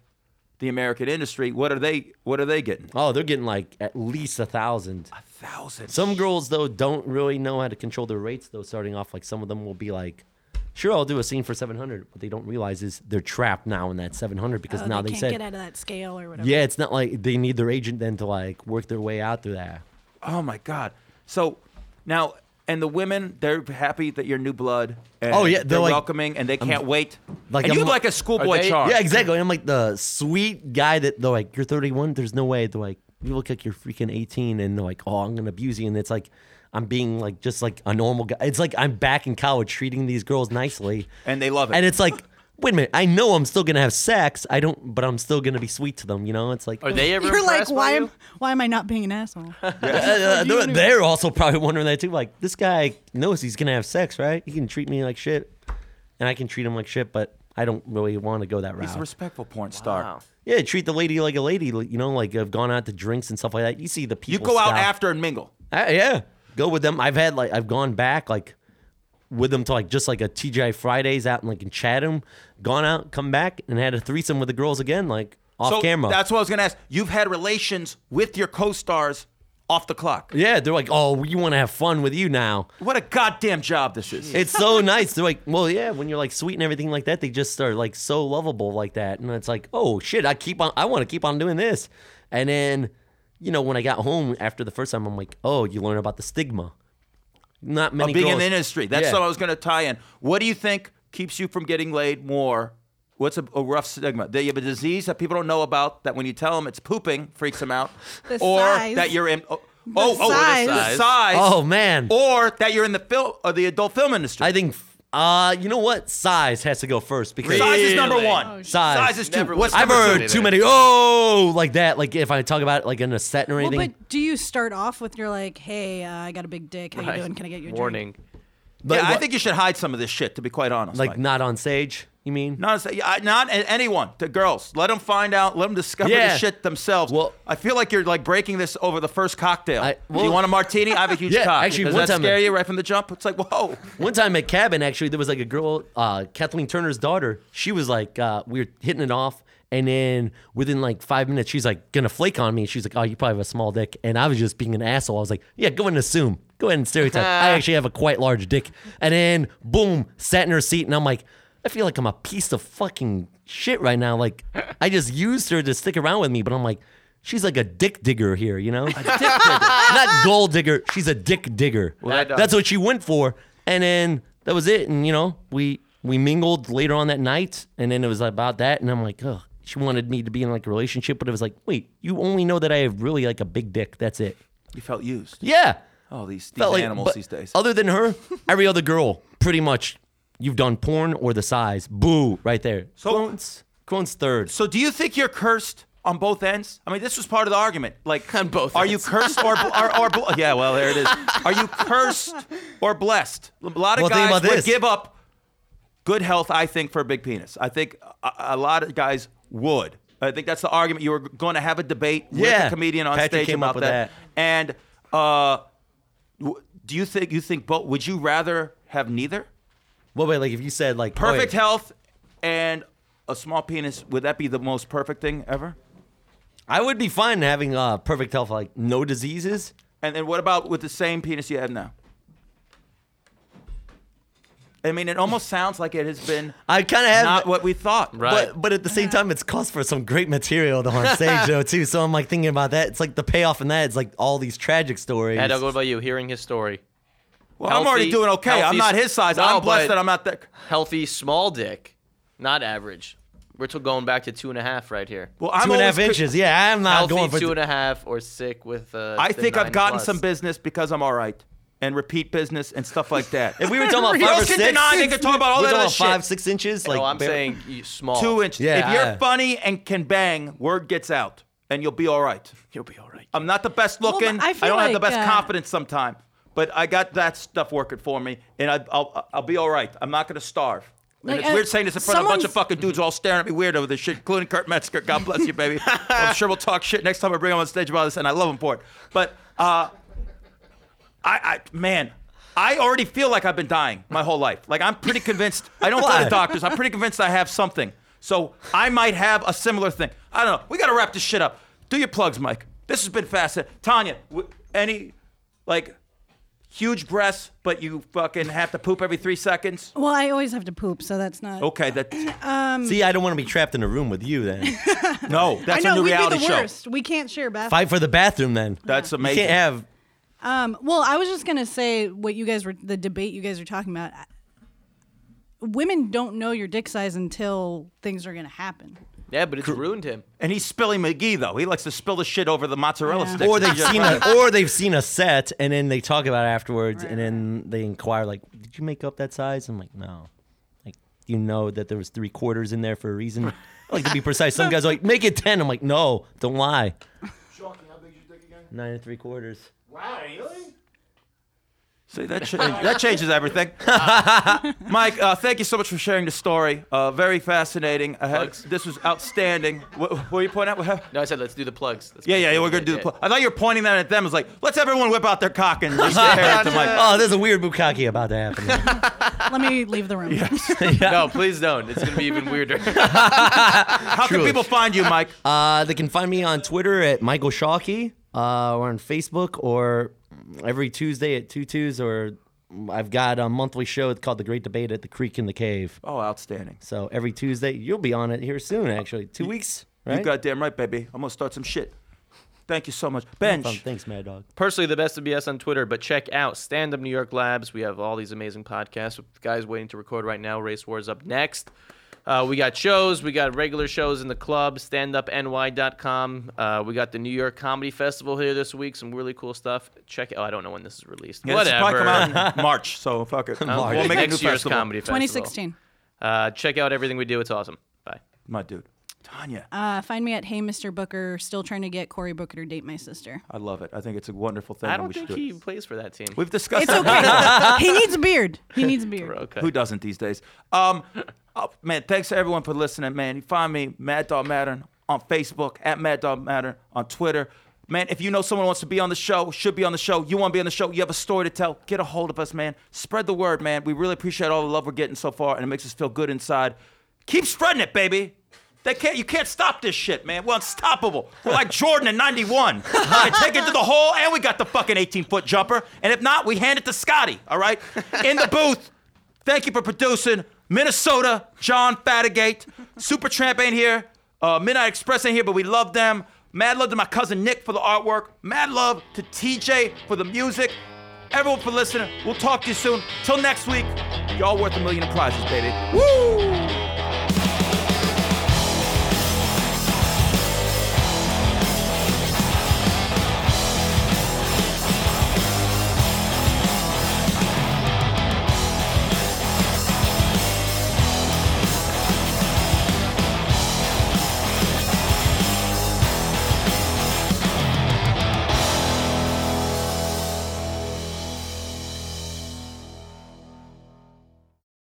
Speaker 3: the American industry. What are they? What are they getting?
Speaker 6: oh they're getting like at least a thousand
Speaker 3: Thousands.
Speaker 6: some girls though don't really know how to control their rates though starting off like some of them will be like sure i'll do a scene for 700 what they don't realize is they're trapped now in that 700 because
Speaker 5: Oh,
Speaker 6: now
Speaker 5: they,
Speaker 6: they,
Speaker 5: can't
Speaker 6: said
Speaker 5: get out of that scale or whatever.
Speaker 6: yeah it's not like they need their agent then to like work their way out through that
Speaker 3: oh my god. So now, and the women, they're happy that you're new blood. And
Speaker 6: Oh, yeah,
Speaker 3: they're,
Speaker 6: they're like-
Speaker 3: welcoming, and they can't wait.
Speaker 6: like,
Speaker 3: and you
Speaker 6: I'm-
Speaker 3: have like a schoolboy
Speaker 4: Are they-
Speaker 3: charm.
Speaker 6: Yeah, exactly. And I'm like the sweet guy that they're like, you're 31. There's no way. They're like, you look like you're freaking 18, and they're like, oh, I'm gonna abuse you. And it's like, I'm being like just like a normal guy. It's like I'm back in college treating these girls nicely,
Speaker 3: And they love it.
Speaker 6: and it's like, wait a minute, I know I'm still gonna have sex. I don't, but I'm still gonna be sweet to them. You know, it's like
Speaker 4: Are they ever
Speaker 5: [laughs] You're like,
Speaker 4: impressed by
Speaker 5: why
Speaker 4: you?
Speaker 5: am why am I not being an asshole?
Speaker 6: Uh, they're, they're also probably wondering that too. Like this guy knows he's gonna have sex, right? He can treat me like shit, and I can treat him like shit, but. I don't really want to go that route.
Speaker 3: He's a respectful porn star.
Speaker 4: Wow.
Speaker 6: Yeah, treat the lady like a lady. like, You know, like I've gone out to drinks and stuff like that. You see the
Speaker 3: You
Speaker 6: people.
Speaker 3: go out
Speaker 6: style.
Speaker 3: after and mingle.
Speaker 6: I- yeah, go with them. I've had like I've gone back like with them to like just like a TGI Fridays out in like in Chatham. Gone out, come back, and had a threesome with the girls again, like off
Speaker 3: so
Speaker 6: camera.
Speaker 3: That's what I was gonna ask. You've had relations with your co-stars off the clock.
Speaker 6: yeah, they're like, oh, we want to have fun with you now.
Speaker 3: What a goddamn job this is.
Speaker 6: [laughs] It's so nice. They're like, well, yeah, when you're like sweet and everything like that, they just are like so lovable like that. And it's like, oh shit, I keep on, I want to keep on doing this. And then, you know, when I got home after the first time, I'm like, oh, you learn about the stigma. Not many
Speaker 3: of being
Speaker 6: girls,
Speaker 3: in the industry. That's
Speaker 6: Yeah.
Speaker 3: what I was going to tie in. What do you think keeps you from getting laid more? What's a, a rough stigma? That you have a disease that people don't know about that when you tell them it's pooping freaks them out,
Speaker 5: [laughs] The
Speaker 3: or
Speaker 5: size.
Speaker 3: that you're in. Oh, oh, oh,
Speaker 5: size.
Speaker 3: the size.
Speaker 6: Oh man,
Speaker 3: Or that you're in uh, the film or the adult film industry.
Speaker 6: I think f- Uh, you know what? Size has to go first because
Speaker 3: Size is number
Speaker 4: Really?
Speaker 3: one.
Speaker 5: Oh, shit.
Speaker 6: Size.
Speaker 3: Size is two.
Speaker 4: Never
Speaker 3: What's
Speaker 4: was-
Speaker 6: I've
Speaker 3: number two?
Speaker 6: heard too many oh like that. Like if I talk about it like in a set or
Speaker 5: Well,
Speaker 6: anything,
Speaker 5: but do you start off with you're like, hey, uh, I got a big dick. How
Speaker 4: Right.
Speaker 5: you doing? Can I get you a drink?"
Speaker 4: Warning.
Speaker 6: Like,
Speaker 3: yeah, I
Speaker 6: what-
Speaker 3: think you should hide some of this shit. To be quite honest,
Speaker 6: like
Speaker 3: Mike.
Speaker 6: not on stage. You mean?
Speaker 3: Not, yeah, I- not a- anyone. To girls, let them find out. Let them discover
Speaker 6: Yeah.
Speaker 3: the shit themselves.
Speaker 6: Well-
Speaker 3: I feel like you're like breaking this over the first cocktail.
Speaker 6: I-
Speaker 3: if
Speaker 6: well-
Speaker 3: you want a martini, I have
Speaker 6: [laughs]
Speaker 3: a huge
Speaker 6: Yeah,
Speaker 3: cock.
Speaker 6: actually,
Speaker 3: Does
Speaker 6: one
Speaker 3: that
Speaker 6: time-
Speaker 3: scare you right from the jump? It's like whoa.
Speaker 6: One time at cabin, actually, there was like a girl, uh, Kathleen Turner's daughter. She was like, uh, we were hitting it off, and then within like five minutes, she's like gonna flake on me. She's like, oh, you probably have a small dick, and I was just being an asshole. I was like, yeah, go ahead and assume, go ahead and stereotype. I actually have a quite large dick, and then boom, sat in her seat, and I'm like. I feel like I'm a piece of fucking shit right now. Like, I just used her to stick around with me, but I'm like, she's like a dick digger here, you know? Not gold digger. She's a dick digger.
Speaker 4: Well, that-
Speaker 6: That's what she went for, and then that was it. And you know, we we mingled later on that night, and then it was about that. And I'm like, oh, she wanted me to be in like a relationship, but it was like, wait, you only know that I have really like a big dick. That's it.
Speaker 3: You felt used.
Speaker 6: Yeah,
Speaker 3: Oh, these, these
Speaker 6: Felt like-
Speaker 3: animals
Speaker 6: but
Speaker 3: these days.
Speaker 6: Other than her, [laughs] every other girl, pretty much, you've done porn or the size. Boo, right there.
Speaker 3: So-
Speaker 6: Crohn's, Crohn's third.
Speaker 3: So do you think you're cursed on both ends? I mean, this was part of the argument. Like
Speaker 4: On both
Speaker 3: Are you
Speaker 4: ends.
Speaker 3: cursed or, or or bl- yeah? Well, there it is. Are you cursed or blessed? A lot of
Speaker 6: Well, think
Speaker 3: guys
Speaker 6: about
Speaker 3: would
Speaker 6: this.
Speaker 3: give up good health, I think, for a big penis. I think a, a lot of guys would. I think that's the argument. You were going to have a debate with
Speaker 6: Yeah.
Speaker 3: a comedian on
Speaker 6: Patrick
Speaker 3: stage
Speaker 6: came
Speaker 3: about
Speaker 6: up with that.
Speaker 3: And uh, w- do you think you think both? Would you rather have
Speaker 6: Oh,
Speaker 3: neither?
Speaker 6: Well, wait, like if you said like oh,
Speaker 3: Perfect
Speaker 6: yeah.
Speaker 3: health and a small penis. Would that be the most perfect thing ever?
Speaker 6: I would be fine having uh, perfect health, like no diseases.
Speaker 3: And then what about with the same penis you have now? I mean, it almost sounds like it has been
Speaker 6: I kind of have
Speaker 3: not what we thought.
Speaker 4: Right.
Speaker 6: But but at the same time, it's cost for some great material though on stage though too. So I'm like thinking about that. It's like the payoff in that. It's like all these tragic stories.
Speaker 4: Ed, I'll go about you. Hearing his story.
Speaker 3: Well, I'm already
Speaker 4: Healthy-
Speaker 3: doing okay. I'm
Speaker 4: healthy-
Speaker 3: not his size.
Speaker 4: No,
Speaker 3: I'm blessed
Speaker 4: but-
Speaker 3: that I'm not that.
Speaker 4: Healthy, small dick, not average. We're t- going back to two and a half right here.
Speaker 3: Well, I'm
Speaker 6: two and a
Speaker 3: always
Speaker 6: half
Speaker 3: pi-
Speaker 6: inches. Yeah, I'm not
Speaker 4: Healthy
Speaker 6: going for
Speaker 4: two and a half or sick with. Uh,
Speaker 3: I
Speaker 4: the
Speaker 3: think I've
Speaker 4: nine
Speaker 3: gotten
Speaker 4: plus.
Speaker 3: some business because I'm all right, and repeat business and stuff like that.
Speaker 6: [laughs] If
Speaker 3: [laughs]
Speaker 6: we were talking about
Speaker 3: Girls
Speaker 6: five or
Speaker 3: can
Speaker 6: six,
Speaker 3: deny, they can talk about all
Speaker 6: we're
Speaker 3: that
Speaker 6: talking
Speaker 3: other
Speaker 6: about five
Speaker 3: shit.
Speaker 6: six inches. Like
Speaker 4: No, I'm
Speaker 6: bare-
Speaker 4: saying you, small.
Speaker 3: two inches.
Speaker 6: Yeah,
Speaker 3: if you're
Speaker 6: I-
Speaker 3: funny and can bang, word gets out, and you'll be all right.
Speaker 4: You'll be all right.
Speaker 3: I'm not the best looking.
Speaker 5: I
Speaker 3: I,
Speaker 5: feel
Speaker 3: don't have the
Speaker 5: like,
Speaker 3: best
Speaker 5: uh,
Speaker 3: confidence sometimes, but I got that stuff working for me, and I, I'll I'll be all right. I'm not gonna starve. And
Speaker 5: Like,
Speaker 3: it's
Speaker 5: uh,
Speaker 3: weird saying this in front of a bunch of
Speaker 5: someone's-
Speaker 3: fucking dudes all staring at me weird over this shit, including Kurt Metzger. God bless you,
Speaker 5: [laughs]
Speaker 3: baby. I'm sure we'll talk shit next time I bring him on stage about this, and I love him for it. But uh, I, I man. I already feel like I've been dying my whole life. Like I'm pretty convinced. I don't go
Speaker 6: Why?
Speaker 3: to doctors. I'm pretty convinced I have something. So I might have a similar thing. I don't know. We got to wrap this shit up. Do your plugs, Mike. This has been fascinating. Tanya, w- any like huge breasts, but you fucking have to poop every three seconds?
Speaker 5: Well, I always have to poop, so that's not.
Speaker 3: Okay, that
Speaker 6: See, I don't want to be trapped in a room with you then.
Speaker 3: no,
Speaker 5: I
Speaker 3: that's
Speaker 5: know
Speaker 3: a new
Speaker 5: we'd
Speaker 3: reality
Speaker 5: be the
Speaker 3: show.
Speaker 5: worst. We can't share bath.
Speaker 6: [laughs] Fight for the bathroom then.
Speaker 3: That's
Speaker 6: You
Speaker 3: amazing.
Speaker 6: can't have.
Speaker 5: Um, well, I was just gonna say what you guys were the debate you guys were talking about. Women don't know your dick size until things are gonna happen.
Speaker 4: Yeah, but it's ruined him.
Speaker 3: and he's spilling McGee though. He likes to spill the shit over the mozzarella
Speaker 5: Yeah.
Speaker 3: sticks.
Speaker 6: Or
Speaker 3: He [laughs]
Speaker 6: they've
Speaker 3: just
Speaker 6: seen
Speaker 3: fucking-
Speaker 6: a, or they've seen a set, and then they talk about it afterwards, and then they inquire like, "Did you make up that size?" I'm like, "No." Like, you know that there was three quarters in there for a reason. I [laughs] like to be precise. Some guys are like, "Make it 10. I'm like, "No, don't lie."
Speaker 8: Shocking, how big is your dick again?
Speaker 6: Nine and three quarters.
Speaker 8: Wow, really?
Speaker 3: See, that, cha-
Speaker 4: [laughs]
Speaker 3: that changes everything. [laughs] Mike, uh, thank you so much for sharing the story. Uh, very fascinating. I had-
Speaker 4: Plugs.
Speaker 3: this was outstanding. What, what were you pointing at? What hap-
Speaker 4: No, I said let's do the plugs. Let's
Speaker 3: Yeah,
Speaker 4: make
Speaker 3: yeah,
Speaker 4: sure
Speaker 3: yeah, we're
Speaker 4: we
Speaker 3: going to
Speaker 4: get
Speaker 3: do the [laughs]
Speaker 4: it.
Speaker 3: plug. I thought you were pointing that at them. It's like, let's everyone whip out their cock and just compare it to
Speaker 4: [laughs]
Speaker 3: Mike.
Speaker 6: Oh, there's a weird bukkake about to happen.
Speaker 5: Let me leave the room. [laughs]
Speaker 4: No, please don't. It's gonna be even
Speaker 3: [laughs]
Speaker 4: weirder.
Speaker 3: How can
Speaker 6: Truly.
Speaker 3: people find you, Mike?
Speaker 6: [laughs] uh, they can find me on Twitter at Michael Shawkey, uh, or on Facebook, or every Tuesday at Tutus, or I've got a monthly show called The Great Debate at the Creek in the Cave.
Speaker 3: Oh, outstanding.
Speaker 6: So every Tuesday, you'll be on it here soon, actually. Two weeks, right?
Speaker 3: You goddamn right, baby. I'm going to start some shit. Thank you so much. Bench.
Speaker 6: Um, Thanks, Mad Dog.
Speaker 4: personally the best of BS on Twitter, but check out Stand Up New York Labs. We have all these amazing podcasts. Guys waiting to record right now. Race Wars up next. Uh, we got shows. We got regular shows in the club, standupny.com. Uh, we got the New York Comedy Festival here this week. Some really cool stuff. Check it. Oh, I don't know when this is released.
Speaker 3: Yeah, this will
Speaker 4: Whatever.
Speaker 3: probably
Speaker 4: [laughs]
Speaker 3: come out in March, so fuck it.
Speaker 4: Uh,
Speaker 3: We'll make a new
Speaker 4: next year's
Speaker 3: festival.
Speaker 4: comedy festival.
Speaker 5: 2016.
Speaker 4: Uh, check out everything we do. It's awesome. Bye.
Speaker 3: My dude. Tanya,
Speaker 5: Uh, find me at Hey Mr. Booker. Still trying to get Cory Booker to date my sister.
Speaker 3: I love it. I think it's a wonderful thing.
Speaker 4: I
Speaker 3: and
Speaker 4: don't
Speaker 3: we should
Speaker 4: think
Speaker 3: do
Speaker 4: he
Speaker 3: it.
Speaker 4: plays for that team.
Speaker 3: We've discussed
Speaker 5: It's okay. he needs a beard. He needs a beard.
Speaker 4: okay.
Speaker 3: Who doesn't these days? Um, [laughs] oh, man, thanks to everyone for listening, man. You find me, Mad Dog Mattern, on Facebook, at Mad Dog Mattern, on Twitter. Man, if you know someone wants to be on the show, should be on the show, you want to be on the show, you have a story to tell, get a hold of us, man. Spread the word, man. We really appreciate all the love we're getting so far, and it makes us feel good inside. Keep spreading it, baby. They can't, you can't stop this shit, man. We're unstoppable. We're like Jordan in 91. We're gonna take it to the hole, and we got the fucking 18 foot jumper. And if not, we hand it to Scotty, all right? In the booth, Thank you for producing. Minnesota, John Fatigate. Super Tramp ain't here. Uh, Midnight Express ain't here, but we love them. Mad love to my cousin Nick for the artwork. Mad love to TJ for the music. Everyone for listening. We'll talk to you soon. Till next week, y'all worth a million in prizes, baby. Woo!